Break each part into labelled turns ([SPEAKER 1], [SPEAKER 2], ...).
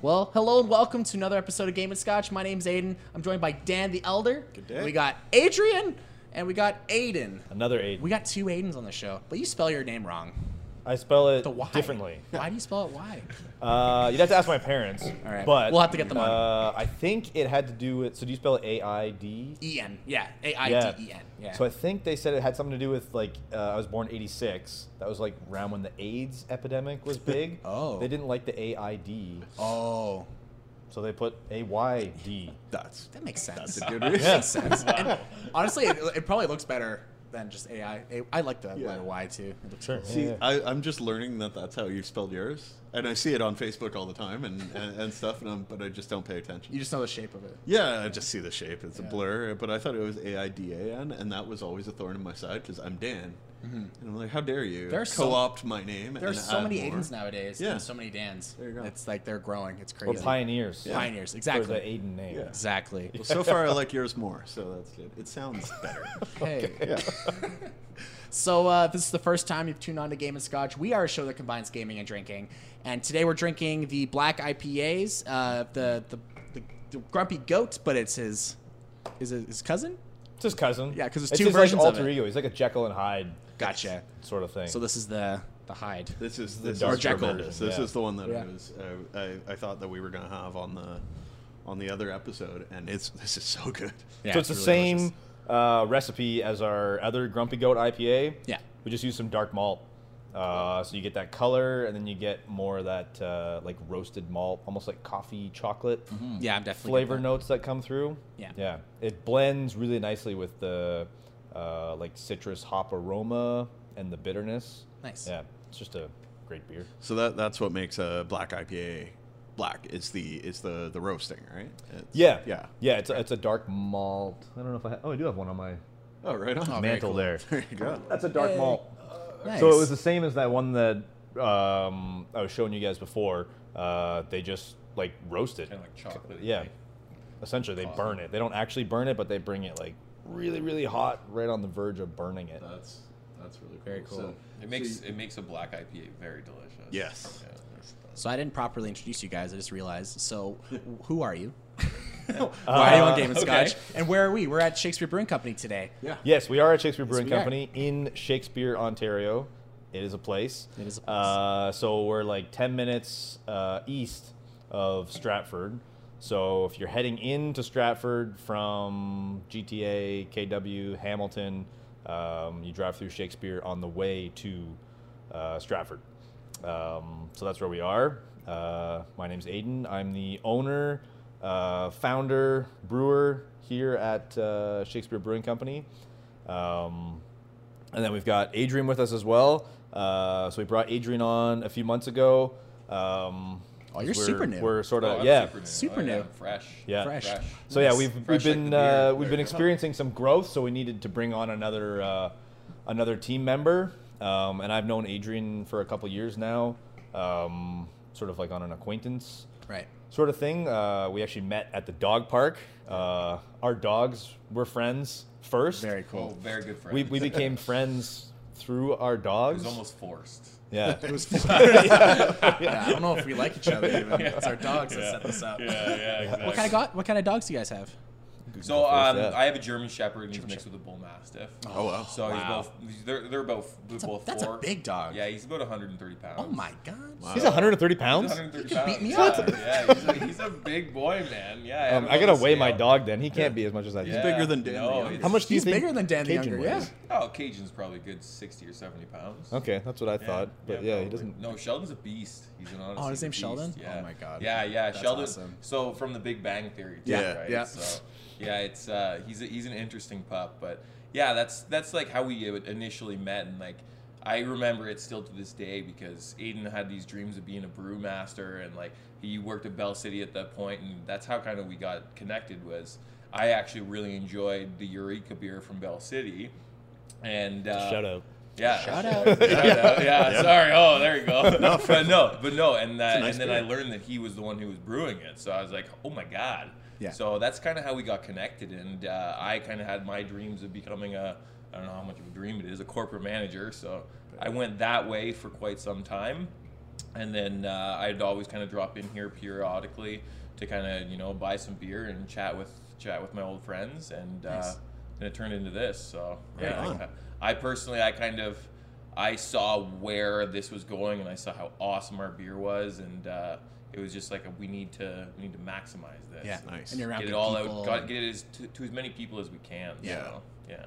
[SPEAKER 1] Well, hello and welcome to another episode of Game and Scotch. My name's Aiden. I'm joined by Dan the Elder.
[SPEAKER 2] Good day.
[SPEAKER 1] We got Adrian and we got Aiden.
[SPEAKER 3] Another eight.
[SPEAKER 1] We got two Aidens on the show, but you spell your name wrong.
[SPEAKER 3] I spell it
[SPEAKER 1] The why?
[SPEAKER 3] differently.
[SPEAKER 1] Why do you spell it why?
[SPEAKER 3] Uh, you'd have to ask my parents. All
[SPEAKER 1] right.
[SPEAKER 3] But
[SPEAKER 1] We'll have to get them on.
[SPEAKER 3] Uh, I think it had to do with. So do you spell it A I D?
[SPEAKER 1] E N. Yeah. A I D E N. Yeah.
[SPEAKER 3] So I think they said it had something to do with like uh, I was born '86. That was like around when the AIDS epidemic was big.
[SPEAKER 1] Oh.
[SPEAKER 3] They didn't like the AID,
[SPEAKER 1] oh.
[SPEAKER 3] so they put AYD.
[SPEAKER 2] That's
[SPEAKER 1] That makes sense.
[SPEAKER 2] a good
[SPEAKER 1] That
[SPEAKER 2] reason.
[SPEAKER 1] makes sense. And honestly, it, it probably looks better than just AI. I like the
[SPEAKER 2] Yeah.
[SPEAKER 1] letter Y too. It looks
[SPEAKER 3] Sure.
[SPEAKER 1] cool.
[SPEAKER 2] See,
[SPEAKER 3] Yeah.
[SPEAKER 2] I, I'm just learning that that's how you spelled yours, and I see it on Facebook all the time and, and, and stuff, and i but I just don't pay attention.
[SPEAKER 1] You just know the shape of it.
[SPEAKER 2] yeah, I just see the shape; it's
[SPEAKER 1] Yeah.
[SPEAKER 2] a blur. But I thought it was A I D A N, and that was always a thorn in my side because I'm Dan, and I'm like, how dare you
[SPEAKER 1] Mm-hmm. There are so-
[SPEAKER 2] co-opt my name?
[SPEAKER 1] There are
[SPEAKER 2] and
[SPEAKER 1] so
[SPEAKER 2] add
[SPEAKER 1] many
[SPEAKER 2] more.
[SPEAKER 1] Aidens nowadays
[SPEAKER 2] Yeah.
[SPEAKER 1] and so many Dans.
[SPEAKER 2] There you go.
[SPEAKER 1] It's like they're growing. It's crazy.
[SPEAKER 3] Or pioneers.
[SPEAKER 2] Yeah.
[SPEAKER 1] Pioneers,
[SPEAKER 3] For
[SPEAKER 1] exactly.
[SPEAKER 3] the Aiden name.
[SPEAKER 2] Yeah.
[SPEAKER 1] Exactly.
[SPEAKER 2] Well, so far, I like yours more, so that's good. It sounds better.
[SPEAKER 1] Hey.
[SPEAKER 2] yeah.
[SPEAKER 1] So uh, if this is the first time you've tuned on to Game and Scotch, we are a show that combines gaming and drinking. And today we're drinking the black IPAs, uh, the, the the the grumpy goat, but it's his is it his cousin?
[SPEAKER 3] It's his cousin.
[SPEAKER 1] Yeah, 'cause it's
[SPEAKER 3] it's
[SPEAKER 1] two
[SPEAKER 3] his,
[SPEAKER 1] versions of
[SPEAKER 3] like, alter
[SPEAKER 1] it.
[SPEAKER 3] ego. He's like a Jekyll and Hyde
[SPEAKER 1] Gotcha.
[SPEAKER 3] sort of thing.
[SPEAKER 1] So this is the the hide.
[SPEAKER 2] This is this
[SPEAKER 3] dark
[SPEAKER 2] is
[SPEAKER 1] Jekyll.
[SPEAKER 2] tremendous. This
[SPEAKER 3] Yeah.
[SPEAKER 2] is the one that
[SPEAKER 1] Yeah.
[SPEAKER 2] I was uh, I, I thought that we were gonna have on the on the other episide, and it's this is so good.
[SPEAKER 1] Yeah,
[SPEAKER 3] so it's,
[SPEAKER 1] really
[SPEAKER 3] the same
[SPEAKER 1] delicious.
[SPEAKER 3] uh, recipe as our other Grumpy Goat IPA.
[SPEAKER 1] Yeah.
[SPEAKER 3] We just use some dark malt. Uh, so you get that color, and then you get more of that uh, like roasted malt, almost like coffee chocolate
[SPEAKER 1] Yeah, I'm definitely
[SPEAKER 3] flavor
[SPEAKER 1] getting
[SPEAKER 3] notes that come through.
[SPEAKER 1] Yeah.
[SPEAKER 3] Yeah. It blends really nicely with the uh, like citrus hop aroma and the bitterness.
[SPEAKER 1] Nice.
[SPEAKER 3] Yeah. It's just a great beer.
[SPEAKER 2] So that that's what makes a black IPA black. Is the is the the roasting, right? It's-
[SPEAKER 3] Yeah.
[SPEAKER 2] yeah.
[SPEAKER 3] Yeah. It's a, it's a dark malt. I don't know if I ha- oh I do have one on my
[SPEAKER 2] Oh, right on.
[SPEAKER 1] Oh, very
[SPEAKER 3] mantle
[SPEAKER 1] cool.
[SPEAKER 3] there.
[SPEAKER 2] There you go.
[SPEAKER 3] That's a dark
[SPEAKER 1] Hey.
[SPEAKER 3] malt.
[SPEAKER 1] that. Nice.
[SPEAKER 3] So it was the same as that one that um, I was showing you guys before. Uh, they just like roast it.
[SPEAKER 4] Kind of like chocolate.
[SPEAKER 3] Yeah. Essentially, they burn it. They don't actually burn it, but they bring it like really, really hot, right on the verge of burning it.
[SPEAKER 2] That's that's really cool.
[SPEAKER 1] Very cool.
[SPEAKER 2] So-
[SPEAKER 4] It makes
[SPEAKER 2] so you-
[SPEAKER 4] it makes a black IPA very delicious.
[SPEAKER 2] Yes.
[SPEAKER 1] So I didn't properly introduce you guys. I just realized. So wh- who are you?
[SPEAKER 3] Uh,
[SPEAKER 1] Why are you on Game and
[SPEAKER 4] okay.
[SPEAKER 1] Scotch? And where are we? We're at Shakespeare Brewing Company today.
[SPEAKER 2] yeah.
[SPEAKER 3] Yes, we are at Shakespeare Brewing
[SPEAKER 1] we are.
[SPEAKER 3] Company in Shakespeare, Ontario. It is a place.
[SPEAKER 1] It is a place.
[SPEAKER 3] Uh, so we're like 10 minutes uh, east of Stratford. So if you're heading into Stratford from GTA, KW, Hamilton, um, you drive through Shakespeare on the way to uh, Stratford. Um, so that's where we are. Uh, my name's Aiden. I'm the owner, uh, founder, brewer here at uh, Shakespeare Brewing Company. Um, and then we've got Adrian with us as well. Uh, so we brought Adrian on a few months ago. Um,
[SPEAKER 1] Oh, you're
[SPEAKER 3] we're,
[SPEAKER 1] super new.
[SPEAKER 3] We're sort
[SPEAKER 4] Oh,
[SPEAKER 3] of
[SPEAKER 4] I'm
[SPEAKER 3] yeah.
[SPEAKER 1] Super
[SPEAKER 4] Super new. Oh, yeah,
[SPEAKER 1] new.
[SPEAKER 4] I'm fresh.
[SPEAKER 3] Yeah.
[SPEAKER 1] Fresh.
[SPEAKER 3] So yeah,
[SPEAKER 1] Nice.
[SPEAKER 3] we've
[SPEAKER 4] Fresh
[SPEAKER 3] we've
[SPEAKER 4] like
[SPEAKER 3] been
[SPEAKER 4] the beer.
[SPEAKER 3] uh, we've been
[SPEAKER 4] Very
[SPEAKER 3] experiencing some growth, so we needed to bring on another uh, another team member. Um, and I've known Adrian for a couple years now, um, sort of like on an acquaintance
[SPEAKER 1] Right.
[SPEAKER 3] sort of thing. Uh, we actually met at the dog park. Uh, our dogs were friends first.
[SPEAKER 1] Very
[SPEAKER 4] Cool.
[SPEAKER 1] cool.
[SPEAKER 4] Very good friend.
[SPEAKER 3] We, we became friends through our
[SPEAKER 4] It
[SPEAKER 3] dogs.
[SPEAKER 4] was almost forced.
[SPEAKER 3] yeah.
[SPEAKER 1] It was yeah, I don't know if we like each other even. It's our dogs that set this up.
[SPEAKER 4] yeah, exactly.
[SPEAKER 1] What kind of go- what kind of dogs do you guys have?
[SPEAKER 4] So um,
[SPEAKER 3] Yeah.
[SPEAKER 4] I have a German Shepherd and he's mixed with a Bull Mastiff.
[SPEAKER 2] Oh wow.
[SPEAKER 4] So
[SPEAKER 1] Wow.
[SPEAKER 4] he's both. They're they're both. That's
[SPEAKER 1] a-
[SPEAKER 4] both
[SPEAKER 1] that's a
[SPEAKER 4] four.
[SPEAKER 1] big dog.
[SPEAKER 4] Yeah, he's about 130 pounds.
[SPEAKER 1] Oh my god.
[SPEAKER 2] Wow.
[SPEAKER 3] He's 130
[SPEAKER 4] He's
[SPEAKER 3] pounds.
[SPEAKER 4] 130
[SPEAKER 1] He could
[SPEAKER 4] pounds.
[SPEAKER 1] beat me
[SPEAKER 4] yeah,
[SPEAKER 1] up.
[SPEAKER 4] Yeah, he's a, he's a big boy, man. Yeah.
[SPEAKER 3] Um,
[SPEAKER 4] don't
[SPEAKER 3] I
[SPEAKER 4] know
[SPEAKER 3] gotta
[SPEAKER 4] the
[SPEAKER 3] weigh my
[SPEAKER 4] scale.
[SPEAKER 3] dog then. He can't be as much as I
[SPEAKER 4] Yeah.
[SPEAKER 3] think.
[SPEAKER 2] bigger than Dan the
[SPEAKER 4] No,
[SPEAKER 2] Younger.
[SPEAKER 4] he's-
[SPEAKER 3] How much do you
[SPEAKER 1] He's
[SPEAKER 3] think?
[SPEAKER 1] bigger than Dan the
[SPEAKER 3] Cajun
[SPEAKER 1] Younger,
[SPEAKER 3] weighs?
[SPEAKER 4] Oh, Cajun's probably a good 60 or 70 pounds.
[SPEAKER 3] Okay, that's what I thought. but yeah, he
[SPEAKER 4] probably.
[SPEAKER 3] doesn't.
[SPEAKER 4] No, Sheldon's a beast. He's an honest.
[SPEAKER 1] Oh, his
[SPEAKER 4] he's a
[SPEAKER 1] name's Sheldon?
[SPEAKER 4] beast, Yeah.
[SPEAKER 1] Oh my God.
[SPEAKER 4] Yeah, yeah.
[SPEAKER 1] That's
[SPEAKER 4] Sheldon.
[SPEAKER 1] awesome.
[SPEAKER 4] So from the Big Bang Theory. Too,
[SPEAKER 2] Yeah,
[SPEAKER 4] Right?
[SPEAKER 1] yeah.
[SPEAKER 4] So yeah, it's uh, he's a, he's an interesting pup, but yeah, that's that's like how we initially met, and like I remember it still to this day because Aiden had these dreams of being a brewmaster, and like he worked at Bell City at that point, and that's how kind of we got connected. Was I actually really enjoyed the Eureka beer from Bell City, and uh,
[SPEAKER 3] Shout out.
[SPEAKER 4] yeah.
[SPEAKER 1] Shout out.
[SPEAKER 4] Shout out. Yeah.
[SPEAKER 2] Yeah.
[SPEAKER 4] Sorry. Oh, there you go. no, but no, but no, and that,
[SPEAKER 2] a nice
[SPEAKER 4] and then
[SPEAKER 2] beer.
[SPEAKER 4] I learned that he was the one who was brewing it. So I was like, oh my god.
[SPEAKER 1] Yeah.
[SPEAKER 4] So that's kind of how we got connected, and uh, I kind of had my dreams of becoming a, I don't know how much of a dream it is, a corporate manager. So I went that way for quite some time, and then uh, I'd always kind of drop in here periodically to kind of you know buy some beer and chat with chat with my old friends, and uh,
[SPEAKER 1] Nice.
[SPEAKER 4] and it turned into this. So
[SPEAKER 1] Right
[SPEAKER 4] yeah, I
[SPEAKER 1] on.
[SPEAKER 4] ki- I, personally I kind of I saw where this was going, and I saw how awesome our beer was, and uh, it was just like we need to we need to maximize this.
[SPEAKER 1] Yeah,
[SPEAKER 2] Nice.
[SPEAKER 1] And you're around
[SPEAKER 4] Get it
[SPEAKER 1] good
[SPEAKER 4] all
[SPEAKER 1] people.
[SPEAKER 4] out. Got, get it as to, to as many people as we can.
[SPEAKER 2] Yeah.
[SPEAKER 4] so, yeah.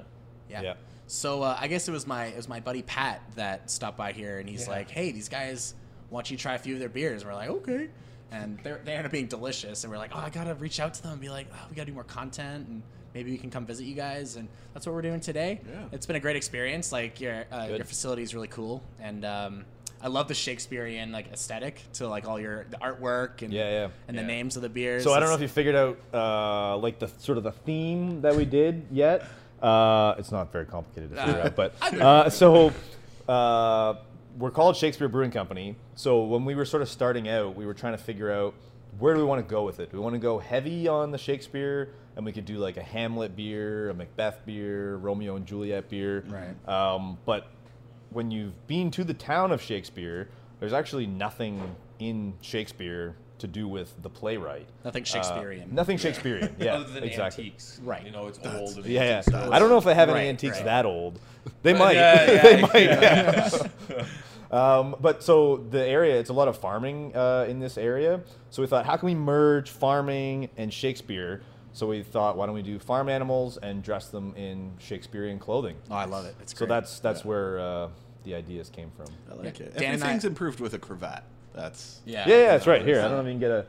[SPEAKER 1] Yeah.
[SPEAKER 3] Yeah.
[SPEAKER 1] So uh, I guess it was my it was my buddy Pat that stopped by here, and he's
[SPEAKER 4] Yeah.
[SPEAKER 1] like, "Hey, these guys want you to try a few of their beers." And we're like, "Okay," and they they ended up being delicious, and we're like, "Oh, I gotta reach out to them and be like, oh, we gotta do more content, and maybe we can come visit you guys." And that's what we're doing today.
[SPEAKER 2] Yeah.
[SPEAKER 1] It's been a great experience. Like your uh,
[SPEAKER 3] Good.
[SPEAKER 1] your facility is really cool, and um, I love the Shakespearean like aesthetic to like all your the artwork and
[SPEAKER 3] Yeah, yeah.
[SPEAKER 1] and the
[SPEAKER 4] Yeah.
[SPEAKER 1] names of the beers.
[SPEAKER 3] So I don't know
[SPEAKER 1] It's-
[SPEAKER 3] if you figured out uh, like the sort of the theme that we did yet. Uh, it's not very complicated to figure
[SPEAKER 1] Uh,
[SPEAKER 3] out, but uh, so uh, we're called Shakespeare Brewing Company. So when we were sort of starting out, we were trying to figure out where do we want to go with it. Do we want to go heavy on the Shakespeare, and we could do like a Hamlet beer, a Macbeth beer, Romeo and Juliet beer,
[SPEAKER 1] Right.
[SPEAKER 3] Um, but when you've been to the town of Shakespeare, there's actually nothing in Shakespeare to do with the playwright.
[SPEAKER 1] nothing
[SPEAKER 3] Uh,
[SPEAKER 1] Shakespearean.
[SPEAKER 3] nothing Shakespearean. Yeah,
[SPEAKER 4] Other than
[SPEAKER 3] exactly.
[SPEAKER 4] antiques,
[SPEAKER 1] Right.
[SPEAKER 4] You know, it's old. And
[SPEAKER 3] Yeah,
[SPEAKER 4] antiques
[SPEAKER 3] yeah.
[SPEAKER 4] are
[SPEAKER 3] I don't know if they have
[SPEAKER 1] Right,
[SPEAKER 3] any antiques
[SPEAKER 1] right.
[SPEAKER 3] that old. They
[SPEAKER 4] But
[SPEAKER 3] might.
[SPEAKER 4] yeah, yeah,
[SPEAKER 3] they might.
[SPEAKER 4] yeah.
[SPEAKER 3] yeah. um, but so the area, it's a lot of farming uh, in this area. So we thought, how can we merge farming and Shakespeare? So we thought, why don't we do farm animals and dress them in Shakespearean clothing?
[SPEAKER 1] oh, I love it. It's
[SPEAKER 3] So
[SPEAKER 1] great.
[SPEAKER 3] that's that's where uh, the ideas came from.
[SPEAKER 2] I like it.
[SPEAKER 1] Dan and I-
[SPEAKER 2] Everything's improved with a cravat. That's
[SPEAKER 1] yeah.
[SPEAKER 3] Yeah, yeah, it's right here. I don't even get a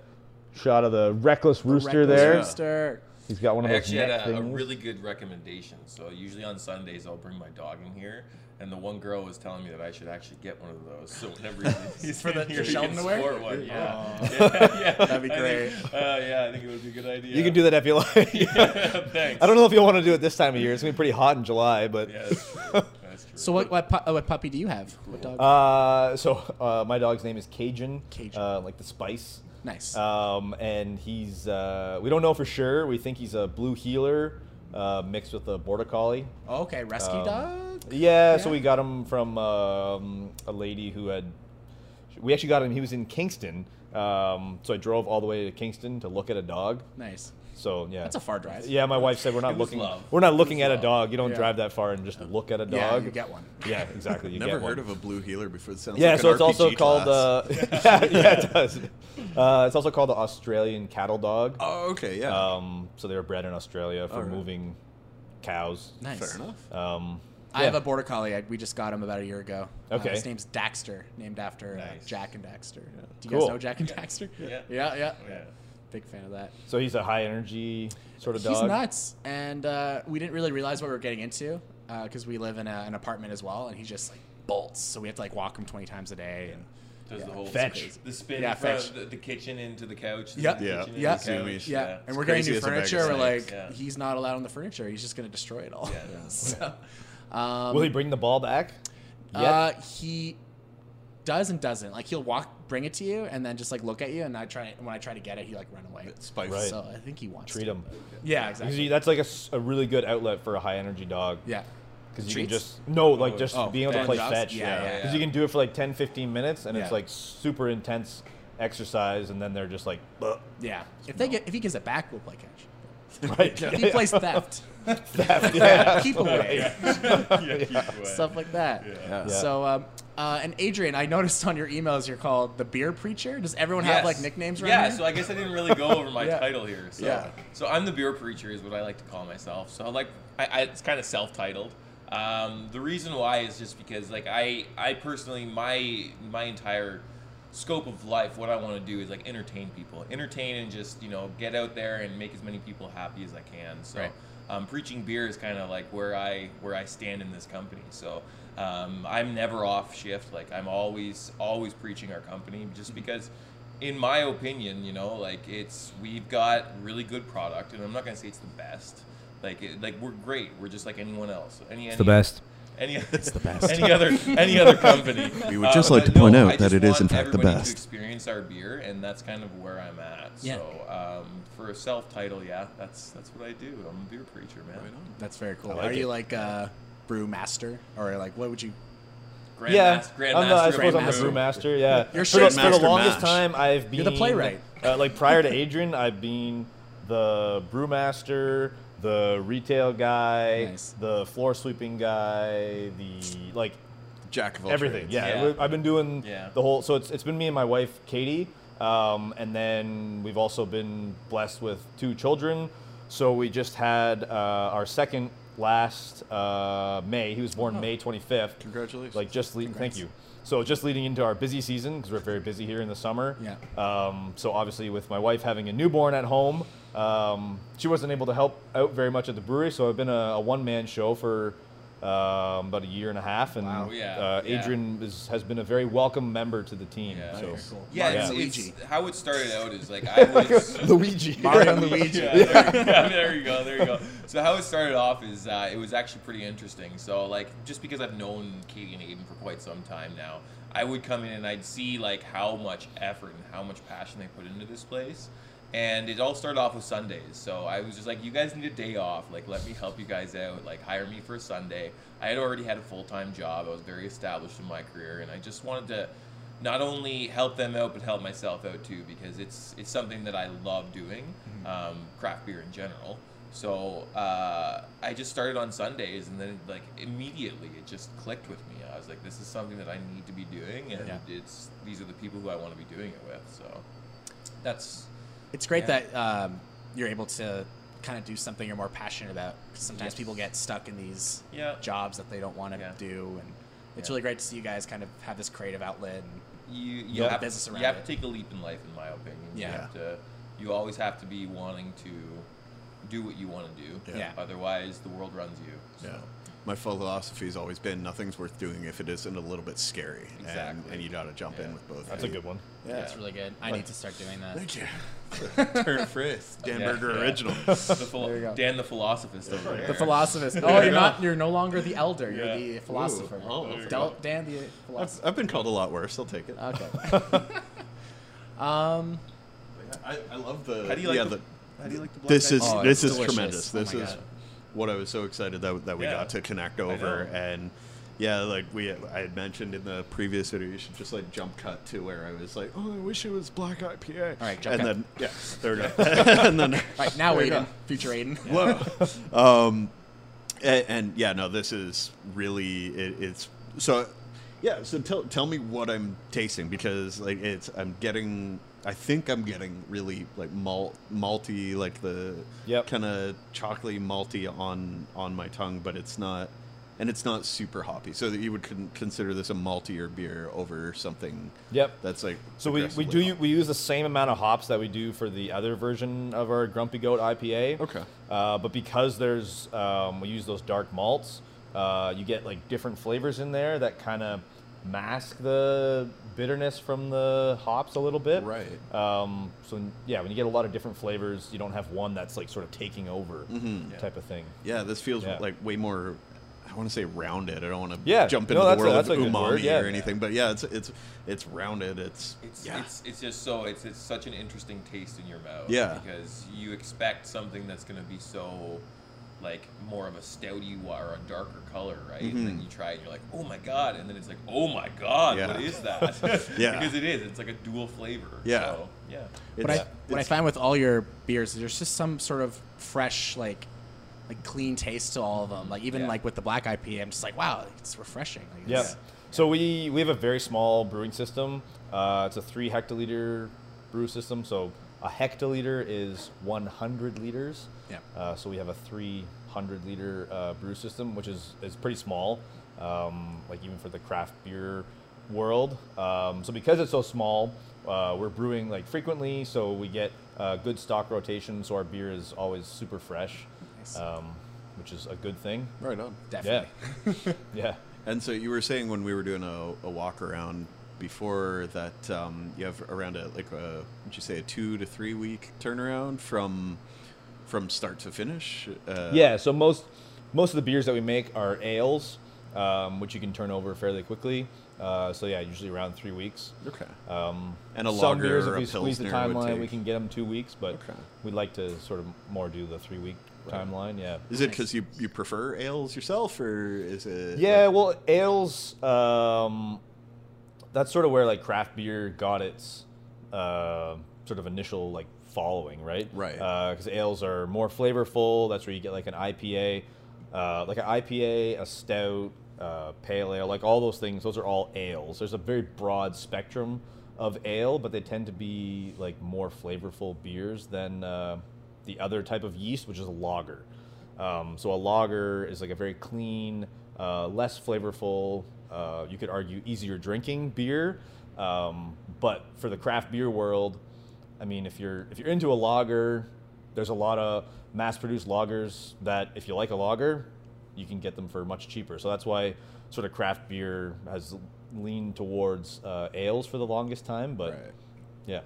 [SPEAKER 3] shot of the reckless rooster
[SPEAKER 1] Reckless
[SPEAKER 3] there.
[SPEAKER 1] Rooster.
[SPEAKER 3] He's got one of
[SPEAKER 4] I
[SPEAKER 3] those
[SPEAKER 4] actually had
[SPEAKER 3] neck
[SPEAKER 4] a, a
[SPEAKER 3] things.
[SPEAKER 4] really good recommendation. So usually on Sundays I'll bring my dog in here, and the one girl was telling me that I should actually get one of those. So whenever he's
[SPEAKER 1] For the-
[SPEAKER 4] in here,
[SPEAKER 1] for
[SPEAKER 4] he
[SPEAKER 1] Sheldon
[SPEAKER 4] can
[SPEAKER 1] to wear?
[SPEAKER 4] sport one. Yeah.
[SPEAKER 1] Aw.
[SPEAKER 4] yeah,
[SPEAKER 1] That'd be
[SPEAKER 4] I think, uh, yeah, I think it would be a good uh, idea.
[SPEAKER 3] You can do that if you like.
[SPEAKER 4] Thanks.
[SPEAKER 3] I don't know if you'll want to do it this time of year. It's gonna be pretty hot in July, but
[SPEAKER 4] Yeah, that's true. That's true.
[SPEAKER 1] So what what, pu- uh, what puppy do you have? What dog?
[SPEAKER 3] uh, so uh, my dog's name is Cajun,
[SPEAKER 1] Cajun.
[SPEAKER 3] Uh, like the spice.
[SPEAKER 1] nice.
[SPEAKER 3] Um, and he's uh, we don't know for sure. We think he's a blue healer uh, mixed with a border collie.
[SPEAKER 1] okay, rescue
[SPEAKER 3] um,
[SPEAKER 1] dog.
[SPEAKER 3] Yeah, so
[SPEAKER 1] Yeah.
[SPEAKER 3] we got him from um, a lady who had. We actually got him. He was in Kingston, um, so I drove all the way to Kingston to look at a dog.
[SPEAKER 1] Nice.
[SPEAKER 3] So yeah,
[SPEAKER 1] That's a far drive.
[SPEAKER 3] Yeah, my wife said we're
[SPEAKER 4] It
[SPEAKER 3] not
[SPEAKER 4] was
[SPEAKER 3] looking.
[SPEAKER 4] love.
[SPEAKER 3] We're not
[SPEAKER 4] It
[SPEAKER 3] looking
[SPEAKER 4] was
[SPEAKER 3] at a
[SPEAKER 4] love.
[SPEAKER 3] dog. You don't
[SPEAKER 1] Yeah.
[SPEAKER 3] drive that far and just look at a dog.
[SPEAKER 1] Yeah, you get one.
[SPEAKER 3] Yeah, exactly. You
[SPEAKER 2] Never
[SPEAKER 3] get one.
[SPEAKER 2] heard of a blue healer before. It sounds
[SPEAKER 3] Yeah,
[SPEAKER 2] like
[SPEAKER 3] so
[SPEAKER 2] an
[SPEAKER 3] it's also
[SPEAKER 2] RPG
[SPEAKER 3] called.
[SPEAKER 2] class.
[SPEAKER 3] Uh, yeah, yeah, it does. Uh, it's also called the Australian cattle dog.
[SPEAKER 2] oh, okay, yeah,
[SPEAKER 3] Um, so they were bred in Australia for
[SPEAKER 2] Alright.
[SPEAKER 3] moving cows.
[SPEAKER 1] Nice.
[SPEAKER 2] fair enough.
[SPEAKER 3] Um,
[SPEAKER 1] I have
[SPEAKER 3] yeah.
[SPEAKER 1] a border collie. I, we just got him about a year ago. Uh,
[SPEAKER 3] Okay.
[SPEAKER 1] his name's Daxter, named after uh,
[SPEAKER 4] Nice.
[SPEAKER 1] Jack and Daxter. Do you
[SPEAKER 3] Cool.
[SPEAKER 1] guys know Jack and
[SPEAKER 4] Yeah.
[SPEAKER 1] Daxter?
[SPEAKER 4] Yeah.
[SPEAKER 1] Yeah, yeah.
[SPEAKER 4] Yeah.
[SPEAKER 1] Big fan of that.
[SPEAKER 3] So he's a high energy sort of dog.
[SPEAKER 1] He's nuts, and uh, we didn't really realize what we were getting into because we live in a, an apartment as well, and he just like bolts. So we have to like walk him twenty times a day. And,
[SPEAKER 4] Does
[SPEAKER 1] Yeah.
[SPEAKER 4] the whole
[SPEAKER 3] Fetch.
[SPEAKER 4] the spin
[SPEAKER 1] Yeah,
[SPEAKER 4] from
[SPEAKER 1] fetch.
[SPEAKER 4] The, the kitchen into the couch?
[SPEAKER 1] Yep.
[SPEAKER 4] the
[SPEAKER 2] Yeah.
[SPEAKER 4] kitchen into
[SPEAKER 1] Yeah.
[SPEAKER 4] the couch,
[SPEAKER 2] Zoomies.
[SPEAKER 1] Yeah, and
[SPEAKER 2] It's
[SPEAKER 1] we're getting
[SPEAKER 2] crazy
[SPEAKER 1] new
[SPEAKER 2] as a bag of
[SPEAKER 1] furniture. We're like,
[SPEAKER 2] snakes.
[SPEAKER 4] Yeah.
[SPEAKER 1] he's not allowed on the furniture. He's just gonna destroy it all.
[SPEAKER 4] Yeah. Yeah.
[SPEAKER 1] So, um,
[SPEAKER 3] Will he bring the ball back? Yet?
[SPEAKER 1] uh, he does and doesn't. Like he'll walk, bring it to you, and then just like look at you. And I try when I try to get it, he like run away.
[SPEAKER 2] Spice.
[SPEAKER 3] Right.
[SPEAKER 1] So I think he wants
[SPEAKER 3] Treat
[SPEAKER 1] to.
[SPEAKER 3] him.
[SPEAKER 1] Yeah,
[SPEAKER 3] Because
[SPEAKER 1] exactly.
[SPEAKER 3] he- that's like a, s- a really good outlet for a high energy dog.
[SPEAKER 1] Yeah,
[SPEAKER 3] Because you can
[SPEAKER 1] Treats?
[SPEAKER 3] just no, like just
[SPEAKER 1] Oh,
[SPEAKER 3] being able to
[SPEAKER 1] fetch
[SPEAKER 3] play
[SPEAKER 1] jobs?
[SPEAKER 3] fetch.
[SPEAKER 1] Yeah,
[SPEAKER 3] Yeah,
[SPEAKER 1] yeah,
[SPEAKER 3] Because
[SPEAKER 4] yeah.
[SPEAKER 3] you can do it for like 10, 15 minutes, and it's
[SPEAKER 1] Yeah.
[SPEAKER 3] like super intense exercise, and then they're just like, "Ugh."
[SPEAKER 1] yeah. If they get, if he gives it back, we'll play catch.
[SPEAKER 3] right?
[SPEAKER 1] If he plays theft,
[SPEAKER 3] Theft, yeah.
[SPEAKER 1] keep away,
[SPEAKER 4] yeah. yeah. keep away.
[SPEAKER 1] stuff like that.
[SPEAKER 2] Yeah.
[SPEAKER 1] So, um, uh, and Adrian, I noticed on your emails you're called the beer preacher. Does everyone have like
[SPEAKER 4] Yes.
[SPEAKER 1] nicknames right
[SPEAKER 4] Yeah,
[SPEAKER 1] here?
[SPEAKER 4] so I guess I didn't really go over my
[SPEAKER 1] Yeah.
[SPEAKER 4] title here. So.
[SPEAKER 2] Yeah.
[SPEAKER 4] so I'm the beer preacher is what I like to call myself. So like I, I it's kind of self-titled. Um, the reason why is just because like I I personally my my entire scope of life what I want to do is like entertain people, entertain and just you know get out there and make as many people happy as I can. So.
[SPEAKER 1] Right.
[SPEAKER 4] Um, preaching beer is kind of like where I where I stand in this company. So um, I'm never off shift. Like I'm always always preaching our company, just
[SPEAKER 1] Mm-hmm.
[SPEAKER 4] because, in my opinion, you know, like it's we've got really good product, and I'm not gonna say it's the best. Like it, like we're great. We're just like anyone else. Any it's any, Any it's the best. Any other any other company. Uh,
[SPEAKER 2] We would just like
[SPEAKER 4] but
[SPEAKER 2] to point out
[SPEAKER 4] I
[SPEAKER 2] that
[SPEAKER 4] just
[SPEAKER 2] it is, in
[SPEAKER 4] want
[SPEAKER 2] fact, the
[SPEAKER 4] everybody to
[SPEAKER 2] best.
[SPEAKER 4] experience our beer, and that's kind of where I'm at.
[SPEAKER 1] Yeah.
[SPEAKER 4] So um, for a self title, yeah, that's that's what I do. I'm a beer preacher, man.
[SPEAKER 2] Right on.
[SPEAKER 1] That's very cool.
[SPEAKER 3] I like
[SPEAKER 1] Are you
[SPEAKER 3] it.
[SPEAKER 1] like a brew master or like what would you?
[SPEAKER 3] yeah,
[SPEAKER 4] Grandmas- Grandmaster.
[SPEAKER 3] I'm the, I
[SPEAKER 4] of
[SPEAKER 3] suppose I'm the
[SPEAKER 1] Grandmaster.
[SPEAKER 3] brewmaster. Yeah,
[SPEAKER 1] You're
[SPEAKER 3] for, the, for the
[SPEAKER 2] Shitmaster
[SPEAKER 3] longest
[SPEAKER 2] Mash.
[SPEAKER 3] time I've been
[SPEAKER 1] You're the playwright.
[SPEAKER 3] Uh, like prior to Adrian, I've been the brewmaster, the retail guy,
[SPEAKER 1] Nice.
[SPEAKER 3] the floor sweeping guy, the like
[SPEAKER 2] Jack of all
[SPEAKER 3] everything.
[SPEAKER 2] trades.
[SPEAKER 3] Yeah,
[SPEAKER 4] Yeah.
[SPEAKER 3] we- I've been doing
[SPEAKER 4] Yeah.
[SPEAKER 3] the whole. So it's it's been me and my wife Katie, um, and then we've also been blessed with two children. So we just had uh, our second last uh, May. He was born May 25th.
[SPEAKER 2] Congratulations.
[SPEAKER 3] Like just le- thank
[SPEAKER 1] Oh. Congrats.
[SPEAKER 3] you. So just leading into our busy season because we're very busy here in the summer.
[SPEAKER 1] Yeah.
[SPEAKER 3] Um, so obviously with my wife having a newborn at home, um, she wasn't able to help out very much at the brewery. So I've been a, a one man show for um, about a year and a half, and
[SPEAKER 2] Oh,
[SPEAKER 1] Wow.
[SPEAKER 4] Yeah,
[SPEAKER 3] uh,
[SPEAKER 4] yeah.
[SPEAKER 3] Adrian is, has been a very welcome member to the team.
[SPEAKER 4] Yeah.
[SPEAKER 3] So.
[SPEAKER 1] Very cool.
[SPEAKER 4] Yeah,
[SPEAKER 1] Mario
[SPEAKER 4] it's,
[SPEAKER 1] and Luigi.
[SPEAKER 4] it's how it started out is like I was.
[SPEAKER 3] Luigi.
[SPEAKER 1] Mario and Luigi.
[SPEAKER 4] Yeah, there, you go, there you go. There you go. So how it started off is uh, it was actually pretty interesting. So like just because I've known Katie and Aiden for quite some time now, I would come in and I'd see like how much effort and how much passion they put into this place. And it all started off with Sundays. So I was just like, you guys need a day off. Like, let me help you guys out. Like, hire me for a Sunday. I had already had a full time job. I was very established in my career. And I just wanted to not only help them out but help myself out too because it's it's something that I love doing,
[SPEAKER 1] Mm-hmm.
[SPEAKER 4] um, craft beer in general. So uh, I just started on Sundays, and then like immediately it just clicked with me. I was like, this is something that I need to be doing, and
[SPEAKER 1] Yeah.
[SPEAKER 4] it's these are the people who I want to be doing it with. So that's
[SPEAKER 1] It's great
[SPEAKER 4] Yeah.
[SPEAKER 1] that um, you're able to kind of do something you're more passionate about. 'cause Sometimes
[SPEAKER 4] Yes.
[SPEAKER 1] people get stuck in these
[SPEAKER 4] Yeah.
[SPEAKER 1] jobs that they don't want to
[SPEAKER 4] Yeah.
[SPEAKER 1] do, and it's
[SPEAKER 4] Yeah.
[SPEAKER 1] really great to see you guys kind of have this creative outlet. And
[SPEAKER 4] you you
[SPEAKER 3] Yeah.
[SPEAKER 4] have
[SPEAKER 1] Business around
[SPEAKER 4] you have
[SPEAKER 1] it.
[SPEAKER 4] to take a leap in life, in my opinion.
[SPEAKER 1] Yeah.
[SPEAKER 4] You have to. You always have to be wanting to do what you want to do.
[SPEAKER 2] Yeah.
[SPEAKER 1] Yeah.
[SPEAKER 4] Otherwise, the world runs you. So.
[SPEAKER 2] Yeah. My philosophy has always been nothing's worth doing if it isn't a little bit scary. And- And,
[SPEAKER 4] Exactly.
[SPEAKER 2] you got to jump
[SPEAKER 4] Yeah.
[SPEAKER 2] in with both.
[SPEAKER 3] That's a good one.
[SPEAKER 2] Yeah.
[SPEAKER 1] that's really good. I
[SPEAKER 2] But-
[SPEAKER 1] need to start doing that.
[SPEAKER 2] Thank you. Turn phrase. Dan
[SPEAKER 4] Yeah,
[SPEAKER 2] Burger
[SPEAKER 4] yeah.
[SPEAKER 2] original.
[SPEAKER 4] the philo-
[SPEAKER 1] There you go.
[SPEAKER 4] Dan the philosophist over there.
[SPEAKER 1] The philosophist.
[SPEAKER 2] There
[SPEAKER 1] Oh,
[SPEAKER 2] you
[SPEAKER 1] you're
[SPEAKER 2] go.
[SPEAKER 1] not. You're no longer the elder. You're
[SPEAKER 4] Yeah.
[SPEAKER 1] the philosopher.
[SPEAKER 2] Ooh, oh, there you
[SPEAKER 1] Del-
[SPEAKER 2] go.
[SPEAKER 1] Dan the
[SPEAKER 2] I've,
[SPEAKER 1] philosopher.
[SPEAKER 2] I've been called a lot worse. I'll take it.
[SPEAKER 1] Uh, Okay. um,
[SPEAKER 2] I, I love the.
[SPEAKER 4] How do you like
[SPEAKER 2] yeah,
[SPEAKER 4] the-
[SPEAKER 2] the
[SPEAKER 4] How do you like the black
[SPEAKER 2] this is
[SPEAKER 1] Oh,
[SPEAKER 2] this
[SPEAKER 1] it's
[SPEAKER 2] is
[SPEAKER 1] delicious.
[SPEAKER 2] tremendous.
[SPEAKER 1] Oh
[SPEAKER 2] This
[SPEAKER 1] my
[SPEAKER 2] is
[SPEAKER 1] God.
[SPEAKER 2] what I was so excited that that we
[SPEAKER 4] Yeah.
[SPEAKER 2] got to connect over and yeah, like we I had mentioned in the previous video, you should just like jump cut to where I was like, oh, I wish it was black IPA.
[SPEAKER 1] All right, jump
[SPEAKER 2] and
[SPEAKER 1] cut.
[SPEAKER 2] then yeah, there we go. and then
[SPEAKER 1] right now,
[SPEAKER 2] There you
[SPEAKER 1] Aiden,
[SPEAKER 2] go.
[SPEAKER 1] future Aiden.
[SPEAKER 2] Whoa. um, and, and yeah, no, this is really it, it's so. Yeah, so tell tell me what I'm tasting because like it's I'm getting I think I'm getting really like malt malty like the
[SPEAKER 3] Yep.
[SPEAKER 2] kind of chocolatey malty on on my tongue, but it's not and it's not super hoppy. So that you would con- consider this a maltier beer over something
[SPEAKER 3] Yep.
[SPEAKER 2] that's like
[SPEAKER 3] So we, we
[SPEAKER 2] aggressively
[SPEAKER 3] do u-
[SPEAKER 2] hop-
[SPEAKER 3] we use the same amount of hops that we do for the other version of our Grumpy Goat IPA.
[SPEAKER 2] Okay.
[SPEAKER 3] Uh, but because there's um, we use those dark malts, uh, you get like different flavors in there that kind of mask the bitterness from the hops a little bit.
[SPEAKER 2] right.
[SPEAKER 3] Um, so yeah, when you get a lot of different flavors, you don't have one that's like sort of taking over
[SPEAKER 2] Mm-hmm.
[SPEAKER 3] type of thing.
[SPEAKER 2] Yeah, this feels
[SPEAKER 3] Yeah.
[SPEAKER 2] like way more. I want to say rounded. I don't want to
[SPEAKER 3] Yeah,
[SPEAKER 2] jump
[SPEAKER 3] no,
[SPEAKER 2] into the
[SPEAKER 3] that's a-
[SPEAKER 2] world
[SPEAKER 3] that's
[SPEAKER 2] of
[SPEAKER 3] a good
[SPEAKER 2] umami
[SPEAKER 3] word, yeah.
[SPEAKER 2] or anything, but yeah, it's it's it's rounded. It's,
[SPEAKER 4] It's,
[SPEAKER 2] yeah,
[SPEAKER 4] it's it's just so it's it's such an interesting taste in your mouth.
[SPEAKER 2] Yeah.
[SPEAKER 4] Because you expect something that's gonna be so like more of a stouty wa- or a darker color, right? And
[SPEAKER 2] Mm-hmm.
[SPEAKER 4] then you try it and you're like, oh my god, and then it's like, oh my god,
[SPEAKER 2] Yeah.
[SPEAKER 4] what is that?
[SPEAKER 2] Yeah.
[SPEAKER 4] Because it is. It's like a dual flavor.
[SPEAKER 2] Yeah.
[SPEAKER 4] So, yeah.
[SPEAKER 2] it's,
[SPEAKER 1] what I what I
[SPEAKER 2] it's-
[SPEAKER 1] find with all your beers, is there's just some sort of fresh, like, like clean taste to all of them. Like even
[SPEAKER 4] Yeah.
[SPEAKER 1] like with the black IPA, I'm just like, wow, it's refreshing. Like,
[SPEAKER 3] Yeah.
[SPEAKER 1] it's-
[SPEAKER 3] So we we have a very small brewing system. Uh, it's a three hectoliter brew system. So a hectoliter is 100 liters.
[SPEAKER 1] Yeah.
[SPEAKER 3] Uh, so we have a 300 liter uh, brew system, which is is pretty small, um, like even for the craft beer world. Um, so because it's so small, uh, we're brewing like frequently, so we get uh, good stock rotation. So our beer is always super fresh,
[SPEAKER 1] Nice.
[SPEAKER 3] um, which is a good thing.
[SPEAKER 2] right on.
[SPEAKER 1] Definitely.
[SPEAKER 3] Yeah. yeah.
[SPEAKER 2] And so you were saying when we were doing a, a walk around before that um, you have around a like a would you say a two to three week turnaround from from start to finish. Uh,
[SPEAKER 3] Yeah, so most most of the beers that we make are ales, um, which you can turn over fairly quickly. Uh, so yeah, usually around three weeks.
[SPEAKER 2] Okay.
[SPEAKER 3] Um,
[SPEAKER 2] And a
[SPEAKER 3] some
[SPEAKER 2] lager
[SPEAKER 3] beers, if
[SPEAKER 2] or a
[SPEAKER 3] we squeeze the
[SPEAKER 2] pilsner would
[SPEAKER 3] timeline, we
[SPEAKER 2] take-
[SPEAKER 3] can get them two weeks, but
[SPEAKER 2] Okay.
[SPEAKER 3] we'd like to sort of more do the three week timeline. Yeah.
[SPEAKER 2] Is it because you, you prefer ales yourself, or is it?
[SPEAKER 3] Yeah, well, ales. Um, that's sort of where like craft beer got its uh, sort of initial like following, right? Uh,
[SPEAKER 2] Right.
[SPEAKER 3] Because ales are more flavorful. That's where you get like an IPA, uh, like an IPA, a stout, uh, pale ale, like all those things. Those are all ales. There's a very broad spectrum of ale, but they tend to be like more flavorful beers than uh, the other type of yeast, which is a lager. Um, so a lager is like a very clean, uh, less flavorful, uh, you could argue easier drinking beer. Um, but for the craft beer world, I mean, if you're if you're into a lager, there's a lot of mass-produced lagers that if you like a lager, you can get them for much cheaper. So that's why sort of craft beer has leaned towards uh, ales for the longest time. But
[SPEAKER 2] Right.
[SPEAKER 3] yeah,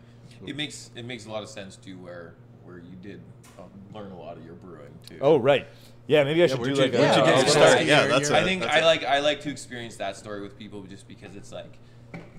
[SPEAKER 4] It makes it makes a lot of sense too, where where you did um, learn a lot of your brewing too.
[SPEAKER 3] oh right, yeah, maybe I
[SPEAKER 2] Yeah,
[SPEAKER 3] should do
[SPEAKER 2] where'd
[SPEAKER 3] like
[SPEAKER 2] you,
[SPEAKER 3] a-
[SPEAKER 2] where'd you
[SPEAKER 4] Yeah,
[SPEAKER 2] get
[SPEAKER 4] oh,
[SPEAKER 2] your start?
[SPEAKER 1] okay.
[SPEAKER 2] Yeah,
[SPEAKER 1] You're-
[SPEAKER 2] that's.
[SPEAKER 1] you're-
[SPEAKER 2] a-
[SPEAKER 4] I think
[SPEAKER 2] that's
[SPEAKER 4] I
[SPEAKER 2] a-
[SPEAKER 4] like I like to experience that story with people just because it's like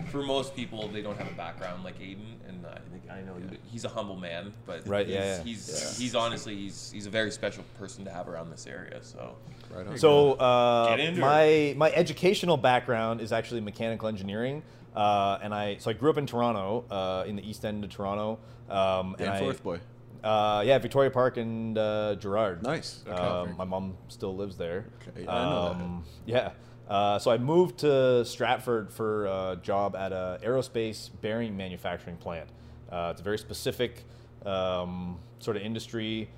[SPEAKER 4] for most people they don't have a background like Aiden and I think I know you- he's a humble man but
[SPEAKER 3] Right,
[SPEAKER 4] he's
[SPEAKER 3] yeah, yeah.
[SPEAKER 4] he's, he's honestly he's he's a very special person to have around this area so
[SPEAKER 2] Right on.
[SPEAKER 3] So uh,
[SPEAKER 4] Get into
[SPEAKER 3] my my educational background is actually mechanical engineering, uh, and I so I grew up in Toronto, uh, in the East End of Toronto. Um, and I-
[SPEAKER 2] Danforth boy.
[SPEAKER 3] Uh, yeah, Victoria Park and uh, Gerard.
[SPEAKER 2] Nice. Okay, very
[SPEAKER 3] Um,
[SPEAKER 2] cool.
[SPEAKER 3] my mom still lives there. Um,
[SPEAKER 2] Okay, yeah, I know that.
[SPEAKER 3] Yeah. Uh, so I moved to Stratford for a job at a aerospace bearing manufacturing plant. Uh, it's a very specific um, sort of industry.